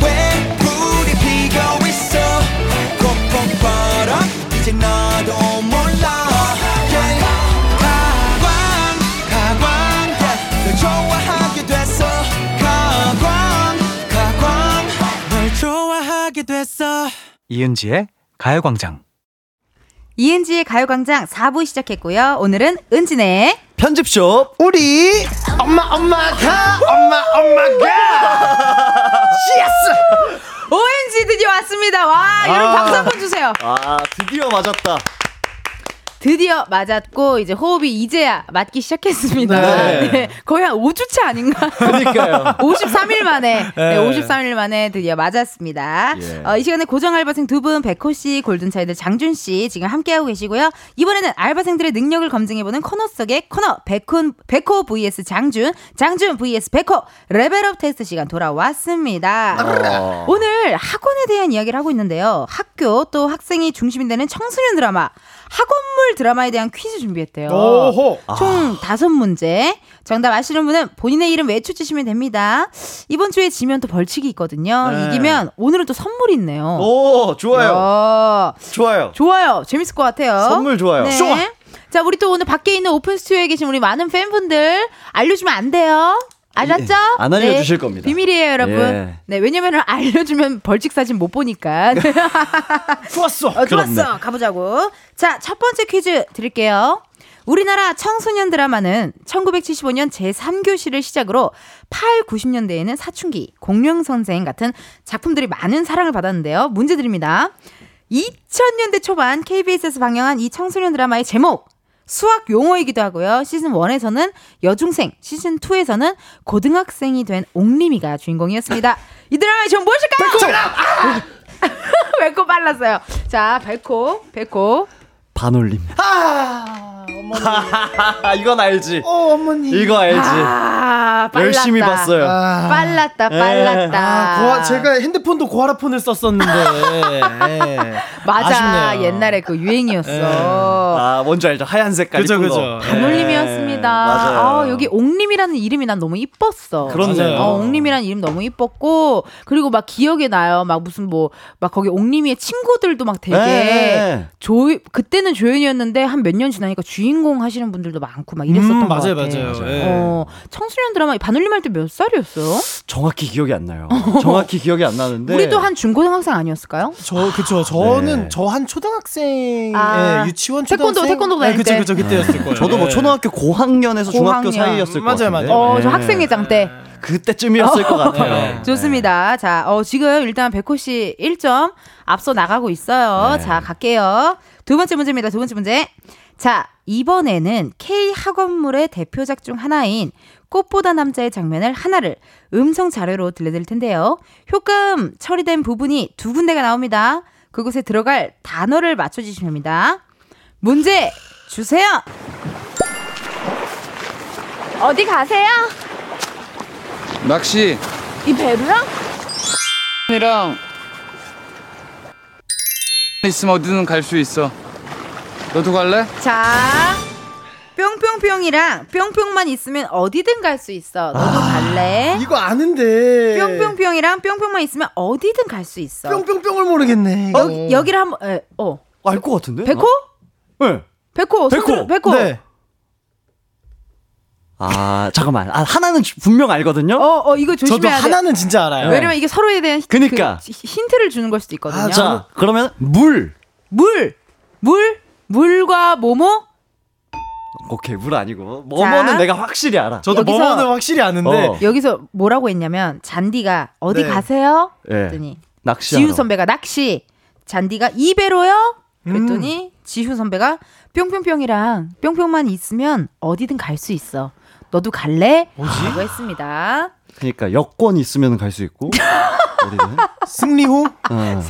S2: 왜 불이 피고 있어 꽃봄바람 이제 나도 몰라 Yeah. 가광 가광 널 좋아하게 됐어 가광 가광 널 좋아하게 됐어
S10: 이은지의 가요광장.
S1: 이은지의 가요광장 4부 시작했고요 오늘은 은진의
S8: 편집쇼
S9: 우리 엄마 엄마 가 엄마 엄마 가
S1: 예스 OMG 드디어 왔습니다 와 여러분
S8: 아.
S1: 박수 한번 주세요
S8: 아, 드디어 맞았다.
S1: 드디어 맞았고 이제 호흡이 이제야 맞기 시작했습니다
S8: 네.
S1: 네, 거의 한 5주차 아닌가
S8: 그러니까요.
S1: 53일 만에 네,
S8: 네.
S1: 53일 만에 드디어 맞았습니다.
S8: 예.
S1: 어, 이 시간에 고정 알바생 두 분, 백호 씨, 골든 차이들 장준 씨 지금 함께 하고 계시고요. 이번에는 알바생들의 능력을 검증해 보는 코너 속의 코너 백훈 백호 vs 장준, 장준 vs 백호 레벨업 테스트 시간 돌아왔습니다.
S2: 어.
S1: 오늘 학원에 대한 이야기를 하고 있는데요. 학교 또 학생이 중심이 되는 청소년 드라마 학원물 드라마에 대한 퀴즈 준비했대요.
S2: 오호.
S9: 어,
S8: 아.
S1: 총 다섯 문제. 정답 아시는 분은 본인의 이름 외쳐주시면 됩니다. 이번 주에 지면 또 벌칙이 있거든요.
S8: 네.
S1: 이기면 오늘은 또 선물이 있네요.
S8: 오, 좋아요.
S1: 야.
S8: 좋아요.
S1: 좋아요. 재밌을 것 같아요.
S8: 선물 좋아요.
S1: 네.
S8: 좋아.
S1: 자, 우리 또 오늘 밖에 있는 오픈 스튜디오에 계신 우리 많은 팬분들 알려주면 안 돼요. 아셨죠? 네.
S8: 예, 안 알려주실 겁니다.
S1: 비밀이에요, 여러분.
S8: 예.
S1: 네, 왜냐면 알려주면 벌칙 사진 못 보니까.
S9: 좋았어.
S8: 아,
S1: 어, 좋았어.
S8: 그렇네.
S1: 가보자고. 자, 첫 번째 퀴즈 드릴게요. 우리나라 청소년 드라마는 1975년 제3교시를 시작으로 8, 90년대에는 사춘기, 공룡선생 같은 작품들이 많은 사랑을 받았는데요. 문제 드립니다. 2000년대 초반 KBS에서 방영한 이 청소년 드라마의 제목 수학 용어이기도 하고요. 시즌 1에서는 여중생, 시즌 2에서는 고등학생이 된 옥림이가 주인공이었습니다. 이 드라마의 제목 무엇일까요? 백호 빨랐어요. 자, 백호, 백호.
S8: 반올림.
S9: 아, 어머
S8: 이건 알지.
S9: 어, 어머니.
S8: 이거 알지.
S1: 아, 빨랐다.
S8: 열심히 봤어요.
S9: 아.
S1: 빨랐다,
S9: 예.
S1: 빨랐다.
S9: 아, 고아- 제가 핸드폰도 고아라폰을 썼었는데. 예.
S1: 맞아.
S9: 아쉽네요. 예.
S1: 옛날에 그 유행이었어.
S8: 아, 뭔지 알죠? 하얀 색깔
S9: 그죠,
S8: 이쁜 거. 예.
S9: 그죠.
S1: 반올림이었습니다.
S8: 맞아요.
S1: 아, 여기 옥림이라는 이름이 난 너무 이뻤어.
S8: 그렇네요.
S1: 어, 옥림이라는 이름 너무 이뻤고, 그리고 막 기억이 나요. 막 무슨 뭐, 막 거기 옥림이의 친구들도 막 되게,
S8: 네.
S1: 조, 그때는 조연이었는데 한 몇 년 지나니까 주인공 하시는 분들도 많고 막 이랬었던
S9: 음,
S1: 것 같아요.
S9: 맞아요, 맞아요. 예.
S1: 어, 청소년 드라마 반올림 할 때 몇 살이었어요?
S8: 정확히 기억이 안 나요. 정확히 기억이 안 나는데.
S1: 어. 우리도 한 중고등학생 아니었을까요?
S9: 저 그쵸
S8: 네.
S9: 저는 저 한 초등학생
S1: 아.
S9: 예, 유치원
S1: 태권도,
S9: 초등학생
S1: 태권도
S9: 예,
S1: 다닐
S9: 그쵸
S1: 때.
S9: 그쵸
S8: 네.
S9: 그때였을 거예요
S8: 저도 뭐
S9: 예.
S8: 초등학고 고학년에서
S1: 고학년.
S8: 중학교 사이였을 것
S9: 맞아요,
S8: 같은데.
S1: 어, 저
S8: 네.
S1: 학생회장 때.
S8: 그때쯤이었을 것 같아요.
S1: 좋습니다. 자, 어, 지금 일단 백호 씨 1점 앞서 나가고 있어요. 자, 갈게요. 두 번째 문제입니다. 두 번째 문제. 자, 이번에는 K 학원물의 대표작 중 하나인 꽃보다 남자의 장면을 하나를 음성 자료로 들려드릴 텐데요. 효과음 처리된 부분이 두 군데가 나옵니다. 그곳에 들어갈 단어를 맞춰주시면 됩니다. 문제 주세요.
S11: 어디 가세요?
S12: 낚시
S11: 이 배로랑?
S12: 이랑 있으면 어디든 갈 수 있어. 너도 갈래?
S1: 자, 뿅뿅뿅이랑 뿅뿅만 있으면 어디든 갈 수 있어. 너도
S8: 아,
S1: 갈래?
S9: 이거 아는데
S1: 뿅뿅뿅이랑 뿅뿅만 있으면 어디든 갈 수 있어.
S9: 뿅뿅뿅을 모르겠네
S1: 어, 여기, 여기를 한번 예, 어.
S8: 알 것 같은데?
S1: 백호?
S8: 네.
S1: 백호.
S8: 백호. 네.
S1: 손들- 백호.
S8: 아, 잠깐만. 아, 하나는 주- 분명 알거든요.
S1: 어, 어, 이거 조심해야
S8: 저도
S1: 돼.
S8: 하나는 진짜 알아요.
S1: 왜냐면 이게 서로에 대한 힌-
S8: 그니까.
S1: 그 히- 힌트를 주는 걸 수도 있거든요.
S8: 아, 자, 그러면 물.
S1: 물. 물. 물과 뭐뭐?
S8: 오케이, 물 아니고. 뭐뭐는 내가 확실히 알아.
S1: 저도 여기서- 뭐뭐는 확실히
S8: 아는데.
S1: 여기서 뭐라고 했냐면 잔디가 어디
S8: 어. 네.
S1: 가세요?
S8: 예.
S1: 그랬더니
S8: 낚시.
S1: 지훈 선배가 낚시, 잔디가 이배로요.
S8: 음.
S1: 그랬더니 지훈 선배가 뿅뿅뿅이랑 뿅뿅만 있으면 어디든 갈 수 있어. 너도 갈래? 라고 했습니다.
S8: 그러니까 여권 있으면 갈 수 있고. 어디든.
S9: 승리호?
S8: 어.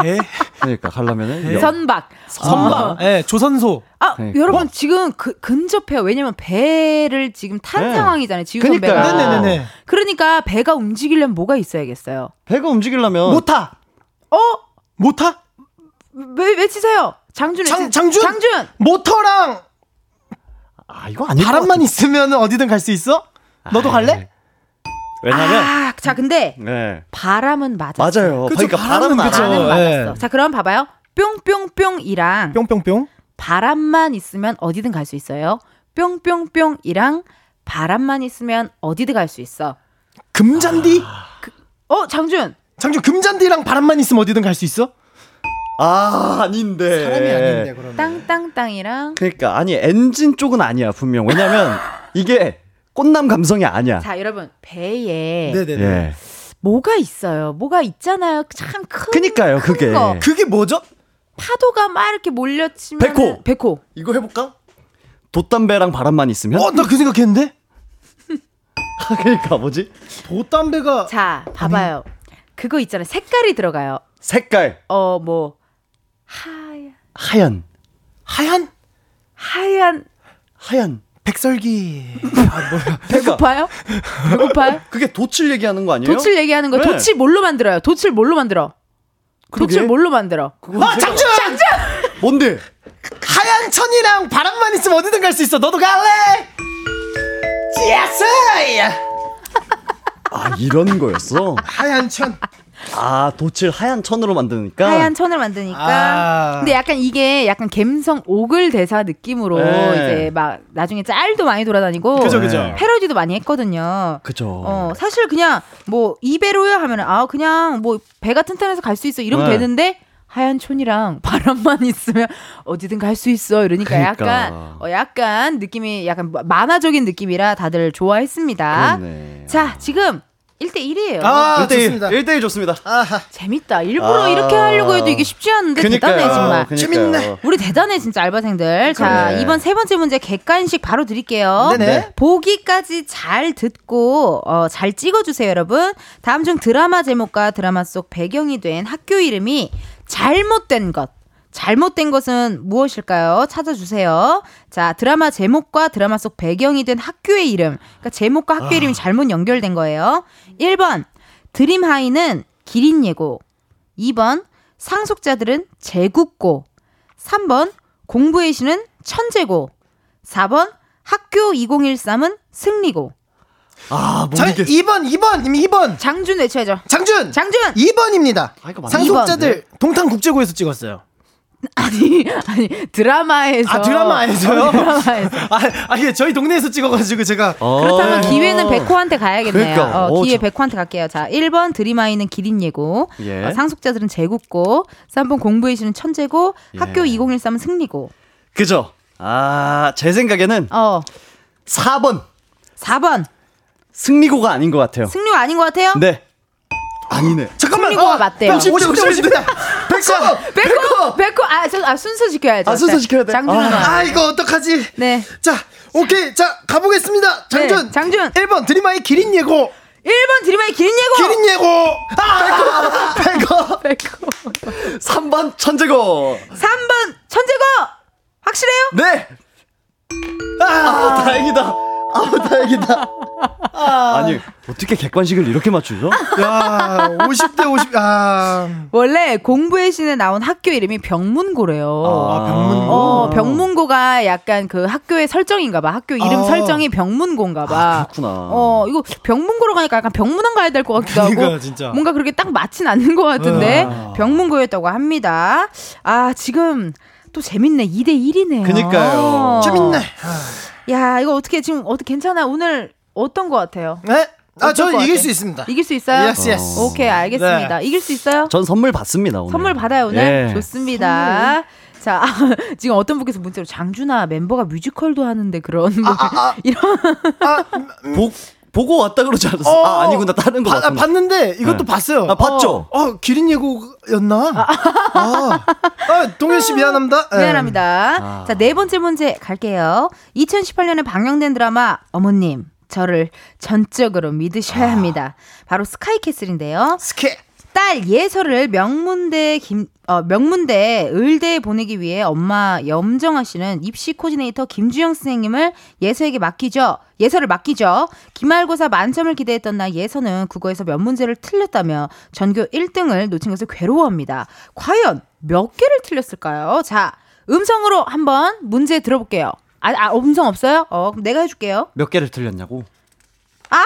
S9: 배?
S1: 어.
S8: 그러니까 가려면은 여-
S1: 선박. 어.
S9: 선박 예 조선소
S1: 아,
S8: 그러니까.
S1: 여러분 지금 그- 근접해요. 왜냐면 배를 지금 탄
S8: 네.
S1: 상황이잖아요. 지훈
S8: 그러니까요.
S1: 선배가.
S8: 네네네네.
S1: 그러니까 배가 움직이려면 뭐가 있어야겠어요.
S8: 배가 움직이려면 못
S9: 타.
S1: 어?
S9: 못 타?
S1: 왜 외치세요? 장준
S9: 장-
S1: 외치-
S9: 장준?
S1: 장준.
S9: 모터랑
S8: 아 이거 아니
S9: 바람만 있으면 어디든 갈 수 있어
S8: 아,
S9: 너도
S8: 네.
S9: 갈래
S8: 왜냐면
S1: 아, 자 근데
S8: 네.
S1: 바람은 맞아.
S8: 맞아요. 네.
S9: 그쵸,
S8: 그러니까
S9: 바람은
S8: 바람은 알아.
S9: 그쵸.
S1: 바람은
S9: 예.
S1: 맞았어. 자 그럼 봐봐요. 뿅뿅뿅이랑
S9: 뿅뿅뿅
S1: 바람만 있으면 어디든 갈 수 있어요. 뿅뿅뿅이랑 바람만 있으면 어디든 갈 수 있어.
S9: 금잔디
S1: 어 장준
S9: 장준 금잔디랑 바람만 있으면 어디든 갈 수 있어
S8: 아 아닌데.
S9: 사람이 아닌데, 그럼.
S1: 땅땅땅이랑
S8: 그러니까 아니 엔진 쪽은 아니야 분명. 왜냐면 이게 꽃남 감성이 아니야.
S1: 자 여러분 배에
S8: 예.
S1: 뭐가 있어요? 뭐가 있잖아요. 참큰
S8: 그니까요 그게.
S1: 거.
S9: 그게 뭐죠?
S1: 파도가 막 이렇게 몰려치면
S8: 백호.
S1: 백호.
S8: 이거 해볼까? 돛담배랑 바람만 있으면?
S9: 어 나 그 생각했는데
S8: 그러니까 뭐지?
S9: 돛담배가
S1: 자 봐봐요. 그거 있잖아요. 색깔이 들어가요.
S8: 색깔
S1: 어 뭐
S8: 하얀
S9: 하얀
S1: 하얀
S8: 하얀
S9: 백설기
S1: 배고파요? 배고파요?
S8: 그게 돛을 얘기하는 거 아니에요?
S1: 도칠 얘기하는 거.
S8: 네.
S1: 도칠 뭘로 만들어요? 도칠 뭘로 만들어? 도칠
S8: 그러게.
S1: 뭘로 만들어?
S9: 아 장준
S8: 뭔데?
S9: 하얀 천이랑 바람만 있으면 어디든 갈 수 있어 너도 갈래 예스
S8: 아 이런 거였어?
S9: 하얀 천
S8: 아 돛을 하얀 천으로 만드니까
S1: 하얀 천을 만드니까.
S8: 아.
S1: 근데 약간 이게 약간 갬성 오글 대사 느낌으로
S8: 네.
S1: 이제 막 나중에 짤도 많이 돌아다니고 네.
S8: 그죠, 그죠.
S1: 패러디도 많이 했거든요.
S8: 그죠.
S1: 어, 사실 그냥 뭐 이배로야 하면 아 그냥 뭐 배가 튼튼해서 갈 수 있어 이러면
S8: 네.
S1: 되는데 하얀 촌이랑 바람만 있으면 어디든 갈 수 있어 이러니까
S8: 그러니까.
S1: 약간 어, 약간 느낌이 약간 만화적인 느낌이라 다들 좋아했습니다.
S8: 그렇네.
S1: 자 지금 1대 1이에요.
S8: 아, 1대1 좋습니다. 1대1 좋습니다.
S1: 재밌다. 일부러
S8: 아.
S1: 이렇게 하려고 해도 이게 쉽지 않은데
S8: 그니까요. 아,
S1: 대단해 정말.
S8: 그니까요. 재밌네.
S1: 우리 대단해 진짜 알바생들. 자
S8: 그래.
S1: 이번 세 번째 문제 객관식 바로 드릴게요.
S8: 네네. 네.
S1: 보기까지 잘 듣고 어, 잘 찍어주세요 여러분. 다음 중 드라마 제목과 드라마 속 배경이 된 학교 이름이 잘못된 것. 잘못된 것은 무엇일까요? 찾아주세요. 자, 드라마 제목과 드라마 속 배경이 된 학교의 이름. 그러니까 제목과
S8: 아.
S1: 학교 이름이 잘못 연결된 거예요. 1번, 드림하이는 기린 예고. 2번, 상속자들은 제국고. 3번, 공부의 신은 천재고. 4번, 학교 2013은 승리고.
S8: 아,
S9: 장, 2번, 2번, 2번.
S1: 장준 외쳐야죠.
S9: 장준.
S1: 장준.
S9: 2번입니다.
S1: 맞네.
S9: 상속자들 동탄 국제고에서 찍었어요.
S1: 아니, 아니, 드라마에서.
S9: 아 드라마에서요?
S1: 어, 드라마에서.
S9: 아, 아 이게 저희 동네에서 찍어가지고 제가
S1: 그렇다면
S9: 네.
S1: 기회는 백호한테 가야겠네요.
S9: 그러니까.
S1: 어,
S9: 어,
S1: 기회
S9: 저-
S1: 백호한테 갈게요. 자, 1번 드림아이는 기린 예고,
S8: 예.
S1: 어, 상속자들은 제국고, 3번 공부의 신은 천재고,
S8: 예.
S1: 학교 2013은 승리고.
S8: 그죠? 아, 제 생각에는
S1: 어.
S8: 4번.
S9: 어,
S1: 4번.
S8: 승리고가 아닌 것 같아요.
S1: 승리고 아닌 것 같아요?
S8: 네. 아니네.
S1: 잠깐만. 승리고가 맞대요.
S9: 50대, 50대. 백호!
S1: 백호! 백호! 아, 저, 아, 순서 지켜야죠.
S9: 아, 순서
S1: 자,
S9: 지켜야 돼.
S1: 장준은
S9: 아,
S1: 아,
S9: 아, 이거 어떡하지?
S1: 네.
S9: 자, 오케이. 자, 가보겠습니다. 네, 장준. 장준. 1번 드림아이 기린 예고.
S1: 1번 드림아이 기린 예고.
S9: 기린 예고. 아! 백호.
S1: 백호.
S8: 3번 천재고.
S1: 3번 천재고! 확실해요?
S8: 네. 아, 다행이다. 아, 다행이다. 아. 니 어떻게 객관식을 이렇게 맞추죠?
S9: 야, 50대 50. 아.
S1: 원래 공부의 신에 나온 학교 이름이 병문고래요.
S8: 아,
S9: 병문고.
S1: 어, 병문고가 약간 그 학교의 설정인가 봐. 학교 이름
S8: 아.
S1: 설정이 병문고인가 봐.
S8: 그렇구나.
S1: 어, 이거 병문고로 가니까 약간 병문안 가야 될 것 같기도 하고.
S8: 그러니까, 진짜.
S1: 뭔가 그렇게 딱 맞진 않는 것 같은데
S8: 아.
S1: 병문고였다고 합니다. 아, 지금 또 재밌네. 2대 1이네요. 어.
S8: 그니까요.
S9: 재밌네.
S1: 야, 이거 어떻게 지금 어떻게 괜찮아? 오늘 어떤 것 같아요?
S9: 네? 아,
S1: 어떨
S9: 저
S1: 것
S9: 이길
S1: 같아?
S9: 수 있습니다.
S1: 이길 수 있어요?
S9: Yes, yes.
S1: 오케이, 알겠습니다.
S9: 네.
S1: 이길 수 있어요?
S8: 전 선물 받습니다, 오늘.
S1: 선물 받아요 오늘
S8: 예.
S1: 좋습니다. 자 아, 지금 어떤 분께서 문자로 장준아 멤버가 뮤지컬도 하는데 그런
S9: 아,
S1: 이런
S8: 보, 보고 왔다 그러지 않았어? 아, 아니구나. 다른 거
S9: 바-
S8: 봤구나.
S9: 봤는데 이것도
S8: 네.
S9: 봤어요.
S8: 아, 봤죠?
S9: 어, 어, 기린 예고였나? 아, 아 동현 씨 미안합니다. 예.
S1: 미안합니다.
S9: 아.
S1: 자 네 번째 문제 갈게요. 2018년에 방영된 드라마 어머님 저를 전적으로
S9: 아.
S1: 믿으셔야 합니다. 바로 스카이캐슬인데요.
S9: 스케
S1: 딸 예설을 명문대 김 어, 명문대 의대에 보내기 위해 엄마 염정아 씨는 입시 코디네이터 김주영 선생님을 예서에게 맡기죠. 예서를 맡기죠. 기말고사 만점을 기대했던 날 예서는 국어에서 몇 문제를 틀렸다며 전교 1등을 놓친 것을 괴로워합니다. 과연 몇 개를 틀렸을까요? 자, 음성으로 한번 문제 들어볼게요. 아, 아 음성 없어요? 어, 그럼 내가 해줄게요.
S8: 몇 개를 틀렸냐고?
S1: 아!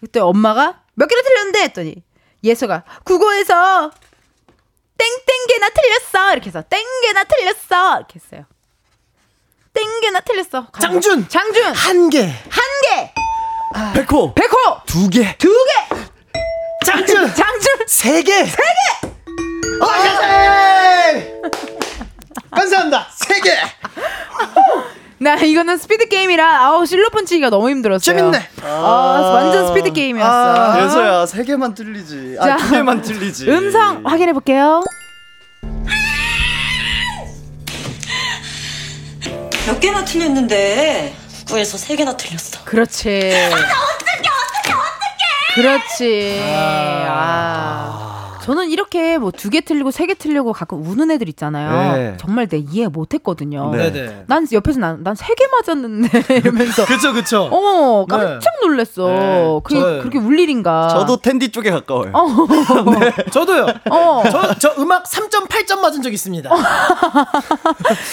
S1: 그때 엄마가 몇 개를 틀렸는데 했더니 예서가 국어에서 땡땡개나 틀렸어 이렇게 해서 땡개나 틀렸어 이렇게 했어요. 땡개나 틀렸어. 과연.
S9: 장준!
S1: 장준
S9: 한 개.
S1: 한 개.
S8: 백호.
S1: 백호
S8: 두 개.
S1: 두 개.
S9: 장준!
S1: 장준
S9: 세 개. 세
S1: 개. 아,
S9: 어, 예! 감사합니다. 세 개.
S1: 나 이거는 스피드 게임이라 아우 실로폰 치기가 너무 힘들었어요.
S9: 재밌네.
S1: 아, 완전 스피드 게임이었어.
S8: 아, 예서야, 세 개만 틀리지. 아,
S1: 자,
S8: 두 개만 틀리지.
S1: 음성 확인해 볼게요.
S13: 몇 개나 틀렸는데 국구에서 세 개나 틀렸어.
S1: 그렇지. 그렇지. 아. 저는 이렇게 뭐 두 개 틀리고 세 개 틀리고 가끔 우는 애들 있잖아요.
S9: 네.
S1: 정말 내 이해 못 했거든요.
S9: 네. 네.
S1: 난 옆에서 난 세 개 맞았는데 이러면서
S9: 그쵸, 그쵸.
S1: 어, 깜짝 놀랐어.
S8: 네.
S1: 그게
S8: 저요.
S1: 그렇게 울 일인가?
S8: 저도 텐디 쪽에 가까워요.
S1: 어.
S9: 저도요.
S1: 어.
S9: 저, 저 음악 3.8점 맞은 적 있습니다.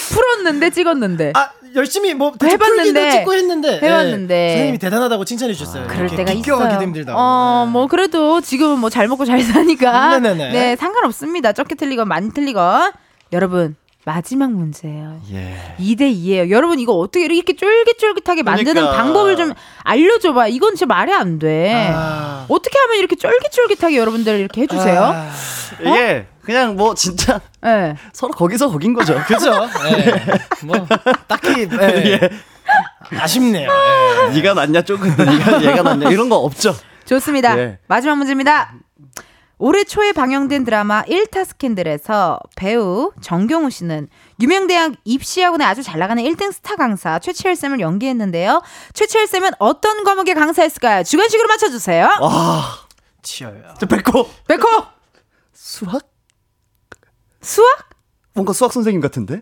S1: 풀었는데 찍었는데.
S9: 아, 열심히 뭐 대충 풀기도
S1: 해봤는데.
S9: 찍고 했는데
S1: 해봤는데. 아,
S9: 예, 선생님이 대단하다고 칭찬해 주셨어요.
S1: 그럴 때가
S9: 기껴가기도
S1: 있어요.
S9: 힘들다. 네.
S1: 어, 뭐 그래도 지금은 뭐 잘 먹고 잘 사니까
S9: 네네네.
S1: 네 상관없습니다. 적게 틀리건 많이 틀리건 여러분 마지막 문제예요.
S8: 예.
S1: 2대 2예요. 여러분 이거 어떻게 이렇게 쫄깃쫄깃하게 만드는
S8: 그러니까.
S1: 방법을 좀 알려줘 봐. 이건 진짜 말이 안 돼.
S9: 아.
S1: 어떻게 하면 이렇게 쫄깃쫄깃하게 여러분들 이렇게 해 주세요.
S8: 어? 이게 그냥 뭐 진짜
S1: 예.
S8: 서로 거기서 거긴 거죠.
S9: 그죠? 예. 뭐 딱히 예. 아쉽네요. 예.
S8: 네가 낫냐 조금 네가 얘가 낫냐 이런 거 없죠.
S1: 좋습니다.
S8: 예.
S1: 마지막 문제입니다. 올해 초에 방영된 드라마 1타 스캔들에서 배우 정경우 씨는 유명대학 입시학원에 아주 잘 나가는 1등 스타 강사 최치열 쌤을 연기했는데요. 최치열 쌤은 어떤 과목의 강사였을까요? 주관식으로 맞춰주세요.
S8: 와.
S9: 치열.
S8: 저 백호.
S1: 백호!
S8: 수학?
S1: 수학?
S8: 뭔가 수학 선생님 같은데?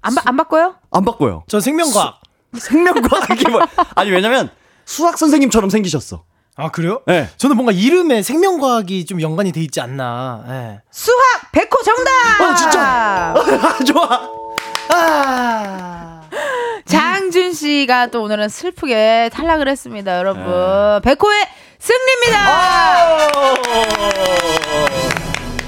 S1: 안, 바, 안 바꿔요?
S8: 안 바꿔요.
S9: 저 생명과학.
S8: 생명과학이 뭐 아니 왜냐면 수학 선생님처럼 생기셨어.
S9: 아 그래요?
S8: 네.
S9: 저는 뭔가 이름에 생명과학이 좀 연관이 돼 있지 않나. 네.
S1: 수학 백호 정답.
S8: 어 진짜. 좋아.
S1: 아. 장준 씨가 또 오늘은 슬프게 탈락을 했습니다, 여러분.
S8: 네.
S1: 백호의
S8: 아.
S1: 승리입니다.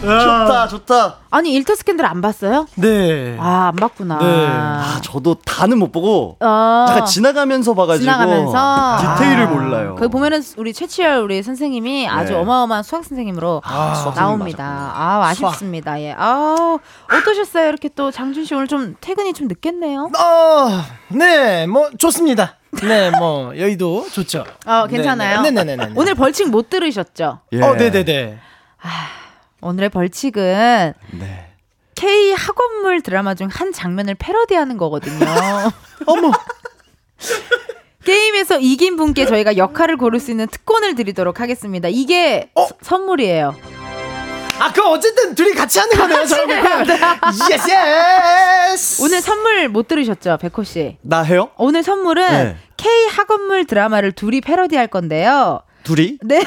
S8: 아. 좋다, 좋다.
S1: 아니 일터 스캔들 안 봤어요?
S9: 네.
S1: 아, 안 봤구나.
S8: 네. 아, 저도 다는 못 보고
S1: 어.
S8: 잠깐 지나가면서 봐가지고
S1: 지나가면서.
S8: 디테일을
S1: 아.
S8: 몰라요. 네.
S1: 거기 보면은 우리 최치열 우리 선생님이 아주 어마어마한 수학 선생님으로
S8: 아, 수학 선생님
S1: 나옵니다. 아 아쉽습니다. 예. 아 어떠셨어요? 이렇게 또 장준 씨 오늘 좀 퇴근이 좀 늦겠네요.
S9: 어, 네, 뭐 좋습니다. 네, 뭐 여의도 좋죠.
S1: 어 괜찮아요.
S9: 네, 네, 네, 네.
S1: 오늘 벌칙 못 들으셨죠?
S8: 예.
S9: 네. 어, 네, 네, 네.
S1: 오늘의 벌칙은
S8: 네.
S1: K 학원물 드라마 중 한 장면을 패러디하는 거거든요.
S9: 어머.
S1: 게임에서 이긴 분께 저희가 역할을 고를 수 있는 특권을 드리도록 하겠습니다. 이게
S8: 어?
S1: 서- 선물이에요.
S9: 아, 그럼 어쨌든 둘이 같이 하는 거네요, 저랑. 예스, 예스.
S1: 오늘 선물 못 들으셨죠, 백호 씨?
S8: 나 해요?
S1: 오늘 선물은
S8: 네.
S1: K 학원물 드라마를 둘이 패러디할 건데요.
S8: 둘이?
S1: 네.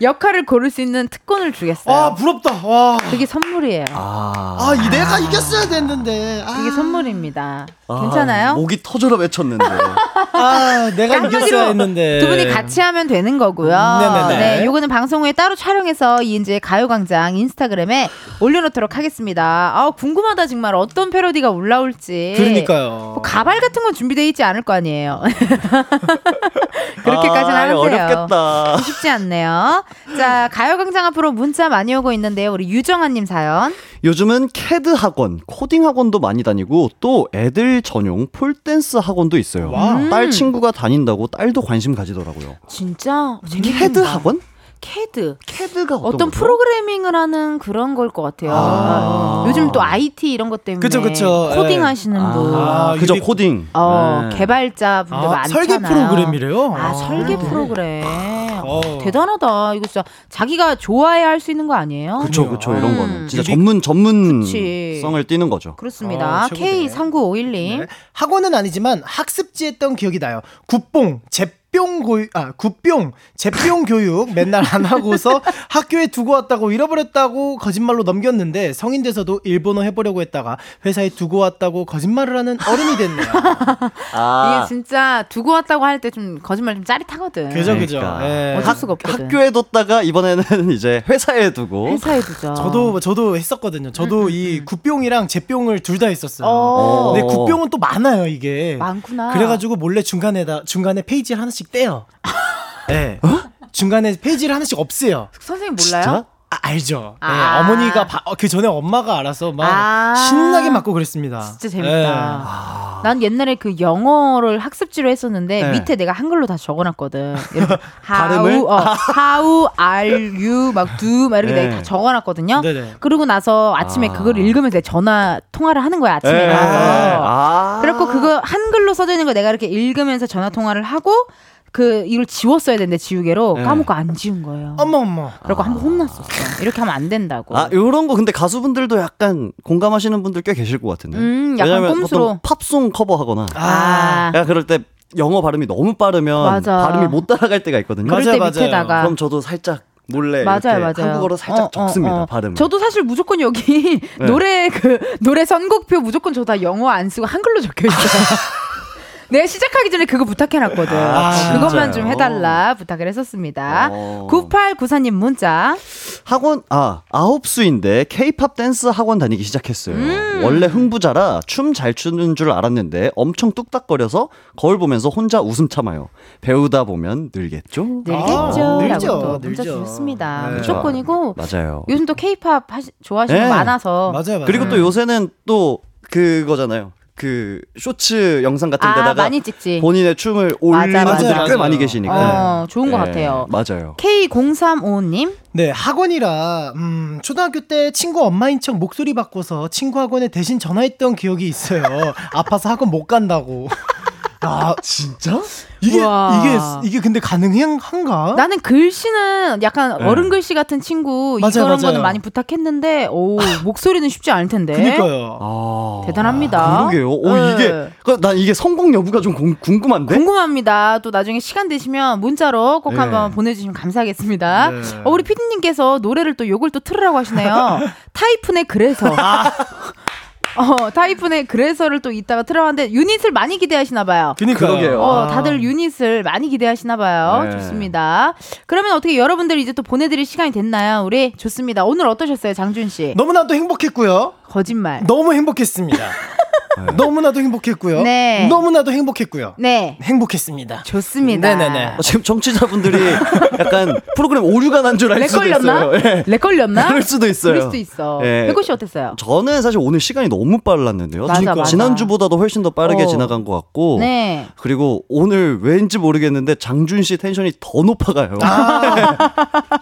S1: 역할을 고를 수 있는 특권을 주겠어요.
S9: 아, 부럽다. 와.
S1: 그게 선물이에요.
S8: 아.
S9: 아, 이 내가 이겼어야 됐는데. 아,
S1: 그게 선물입니다. 네. 괜찮아요?
S8: 목이 터져라 외쳤는데.
S9: 아, 뭐 내가 이겼어야 했는데. 음,
S1: 두 분이 같이 하면 되는 거고요.
S9: 네네네.
S1: 네, 요거는 방송 후에 따로 촬영해서 이은지의 가요광장 인스타그램에 올려놓도록 하겠습니다. 아 궁금하다 정말 어떤 패러디가 올라올지.
S9: 그러니까요.
S1: 뭐 가발 같은 건 준비되어 있지 않을 거 아니에요. 그렇게까지는
S8: 아,
S1: 하는데요.
S8: 어렵겠다.
S1: 쉽지 않네요. 자 가요광장 앞으로 문자 많이 오고 있는데요. 우리 유정아님 사연.
S8: 요즘은 캐드 학원, 코딩 학원도 많이 다니고 또 애들 전용 폴댄스 학원도 있어요.
S1: 와우.
S8: 딸 친구가 다닌다고 딸도 관심 가지더라고요.
S1: 진짜 재밌다.
S8: 캐드 학원?
S1: 캐드.
S8: 캐드가
S1: 어떤,
S8: 거죠?
S1: 프로그래밍을 하는 그런 걸 것 같아요.
S8: 아.
S1: 요즘 또 IT 이런 것 때문에
S8: 그쵸, 그쵸.
S1: 코딩
S8: 예.
S1: 하시는
S8: 아,
S1: 분.
S8: 그죠 코딩.
S1: 어,
S8: 네.
S1: 개발자 분들
S8: 아,
S1: 많잖아요.
S8: 설계 프로그램이래요? 어.
S1: 아,
S8: 아.
S1: 설계 프로그램. 대단하다. 이거 진짜 자기가 좋아야 할 수 있는 거 아니에요?
S8: 그쵸 그쵸 이런 거는 진짜 전문
S1: 음. 그치.
S8: 전문성을 띠는 거죠.
S9: 어,
S1: 그렇습니다. K3951님.
S9: 네. 학원은 아니지만 학습지 했던 기억이 나요. 굿봉, 제뿅 교육, 아, 굿뿅, 제뿅 교육 맨날 안 하고서 학교에 두고 왔다고 잃어버렸다고 거짓말로 넘겼는데 성인 돼서도 일본어 해보려고 했다가 회사에 두고 왔다고 거짓말을 하는 어른이 됐네요.
S1: 이게 진짜 두고 왔다고 할 때 좀 거짓말 좀 짜릿하거든.
S9: 그죠, 그죠. 예.
S1: 어쩔 수가 없거든.
S8: 학교에 뒀다가 이번에는 이제 회사에 두고.
S1: 네. 회사에 두죠.
S9: 저도 저도 했었거든요. 저도 이 굿뿅이랑 제뿅을 둘 다 했었어요.
S1: 어.
S9: 근데 굿뿅은 또 많아요 이게.
S1: 많구나.
S9: 그래가지고 몰래 중간에다 중간에 페이지를 하나씩 떼요. 예. 중간에 페이지를 하나씩 없애요.
S1: 선생님 몰라요?
S9: 아, 알죠. 예,
S1: 아.
S9: 어머니가 바- 어, 그 전에 엄마가 알아서 막
S1: 아.
S9: 신나게 맞고 그랬습니다. 네. 진짜
S1: 재밌다. 아. 난 옛날에 그 영어를 학습지로 했었는데
S9: 아. 네.
S1: 밑에 내가 한글로 다 적어놨거든. 이렇게
S9: 발음을?
S1: how, 어, how, are you, 막 do, 막 이렇게
S9: 네.
S1: 내가 다 적어놨거든요.
S9: 네네.
S1: 그러고 나서 아침에
S9: 아.
S1: 그걸 읽으면서 내가 전화 통화를 하는 거야 아침에.
S9: 네.
S1: 가서.
S9: 아.
S1: 그래갖고 그거 한글로 써져 있는 거 내가 이렇게 읽으면서 전화 통화를 하고 그 이걸 지웠어야 되는데 지우개로
S8: 네.
S1: 까먹고 안 지운 거예요.
S9: 어머 어머.
S1: 그래갖고 한번 혼났었어. 이렇게 하면 안 된다고.
S8: 아, 요런 거 근데 가수분들도 약간 공감하시는 분들 꽤 계실 것 같은데.
S1: 음, 약간
S8: 왜냐면
S1: 꼼수로.
S8: 보통 팝송 커버하거나.
S1: 아.
S8: 야, 그럴 때 영어 발음이 너무 빠르면
S1: 맞아.
S8: 발음이 못 따라갈 때가 있거든요.
S1: 그럴 때 맞아요, 맞아요. 밑에다가.
S8: 그럼 저도 살짝 몰래
S1: 맞아요,
S8: 네, 이렇게
S1: 맞아요.
S8: 한국어로 살짝
S1: 어, 어,
S8: 적습니다.
S1: 어.
S8: 발음.
S1: 저도 사실 무조건 여기
S8: 네.
S1: 노래 그 노래 선곡표 무조건 저 다 영어 안 쓰고 한글로 적혀 있어요. 내가 시작하기 전에 그거 부탁해놨거든. 어,
S8: 아, 진짜요?
S1: 그것만 좀 해달라 부탁을 했었습니다.
S8: 어.
S1: 9894님 문자.
S8: 학원 아, 아홉 수인데 케이팝 댄스 학원 다니기 시작했어요.
S1: 음.
S8: 원래 흥부자라 춤 잘 추는 줄 알았는데 엄청 뚝딱거려서 거울 보면서 혼자 웃음 참아요. 배우다 보면 늘겠죠?
S1: 늘겠죠.
S8: 아,
S1: 라고 또 문자 주셨습니다.
S8: 네.
S1: 무조건이고.
S8: 맞아요.
S1: 요즘 또 케이팝 좋아하시는
S8: 어. 네.
S1: 분 많아서.
S8: 그리고
S9: 음.
S8: 또 요새는 또 그거잖아요. 그 쇼츠 영상 같은
S1: 아,
S8: 데다가
S1: 많이 찍지.
S8: 본인의 춤을 올리는
S1: 맞아,
S8: 분들이
S1: 맞아.
S8: 꽤 많이 계시니까. 네,
S1: 어, 좋은 것 같아요.
S8: 맞아요.
S1: K0355님.
S9: 네, 학원이라 음, 초등학교 때 친구 엄마인 척 목소리 바꿔서 친구 학원에 대신 전화했던 기억이 있어요. 아파서 학원 못 간다고. 아 진짜? 이게
S1: 우와.
S9: 이게 이게 근데
S8: 어?
S9: 가능한가?
S1: 나는 글씨는 약간
S9: 네.
S1: 어른 글씨 같은 친구
S9: 맞아요,
S1: 이런
S9: 맞아요.
S1: 거는 많이 부탁했는데 오 목소리는 쉽지 않을 텐데.
S8: 아. 그니까요.
S1: 대단합니다.
S8: 아, 그러게요. 오
S1: 네.
S8: 이게 그난 이게 성공 여부가 좀 공- 궁금한데.
S1: 궁금합니다. 또 나중에 시간 되시면 문자로 꼭
S8: 네.
S1: 한번 보내주시면 감사하겠습니다.
S8: 네.
S1: 어, 우리 피디님께서 노래를 또 요걸 또 틀으라고 하시네요. 타이푼의 그래서.
S8: 아.
S1: 어, 타이푼의 그래서를 또 이따가 틀어봤는데 유닛을 많이 기대하시나 봐요.
S8: 그니까요. 그러게요.
S1: 어,
S8: 아.
S1: 다들 유닛을 많이 기대하시나 봐요.
S8: 네.
S1: 좋습니다. 그러면 어떻게 여러분들 이제 또 보내드릴 시간이 됐나요? 우리 좋습니다. 오늘 어떠셨어요, 장준 씨?
S9: 너무나도 행복했고요.
S1: 거짓말.
S9: 너무 행복했습니다. 너무나도 행복했고요.
S1: 네.
S9: 너무나도 행복했고요.
S1: 네.
S9: 행복했습니다.
S1: 좋습니다.
S9: 네네네.
S8: 어, 지금 정치자분들이 약간 프로그램 오류가 난 줄 알
S1: 렉
S8: 수도
S1: 걸렸나?
S8: 있어요. 예.
S1: 렉 걸렸나?
S8: 그럴 수도 있어요.
S1: 그럴 수도 있어.
S8: 예.
S1: 백호 씨 어땠어요?
S8: 저는 사실 오늘 시간이 너무 빨랐는데요.
S1: 맞아,
S8: 지금
S1: 맞아.
S8: 지난주보다도 훨씬 더 빠르게
S1: 어.
S8: 지나간 것 같고.
S1: 네.
S8: 그리고 오늘 왠지 모르겠는데 장준 씨 텐션이 더 높아가요.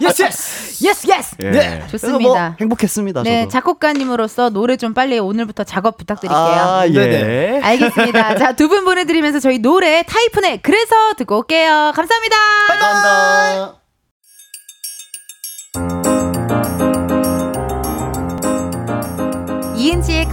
S9: 예스 예스.
S1: 예스 예스.
S8: 예.
S1: 네.
S8: 그래서 뭐
S1: 좋습니다.
S8: 행복했습니다.
S1: 네,
S8: 저도.
S1: 작곡가님으로서 노래 좀 빨리 오늘부터 작업 부탁드릴게요.
S8: 아, 예. 네네.
S1: 알겠습니다. 자, 두 분 보내드리면서 저희 노래 타이푼의 그래서 듣고 올게요. 감사합니다.
S8: 감사합니다.
S1: 이은지의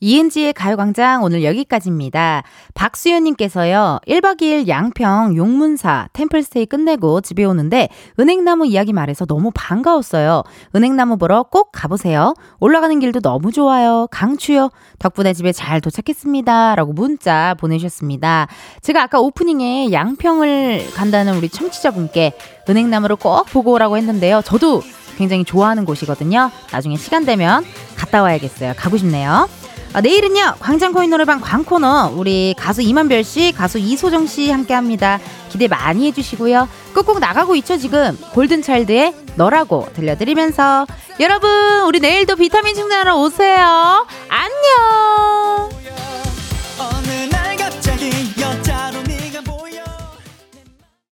S1: 이은지의 가요광장 오늘 여기까지입니다. 박수현님께서요, 1박 2일 양평 용문사 템플스테이 끝내고 집에 오는데 은행나무 이야기 말해서 너무 반가웠어요. 은행나무 보러 꼭 가보세요. 올라가는 길도 너무 좋아요. 강추요. 덕분에 집에 잘 도착했습니다. 라고 문자 보내셨습니다. 제가 아까 오프닝에 양평을 간다는 우리 청취자분께 은행나무를 꼭 보고 오라고 했는데요. 저도 굉장히 좋아하는 곳이거든요. 나중에 시간 되면 갔다 와야겠어요. 가고 싶네요. 아, 내일은요 광장코인 노래방 광코너 우리 가수 이만별 씨, 가수 이소정 씨 함께합니다. 기대 많이 해주시고요. 꾹꾹 나가고 있죠 지금 골든 차일드의 너라고 들려드리면서 여러분 우리 내일도 비타민 충전하러 오세요.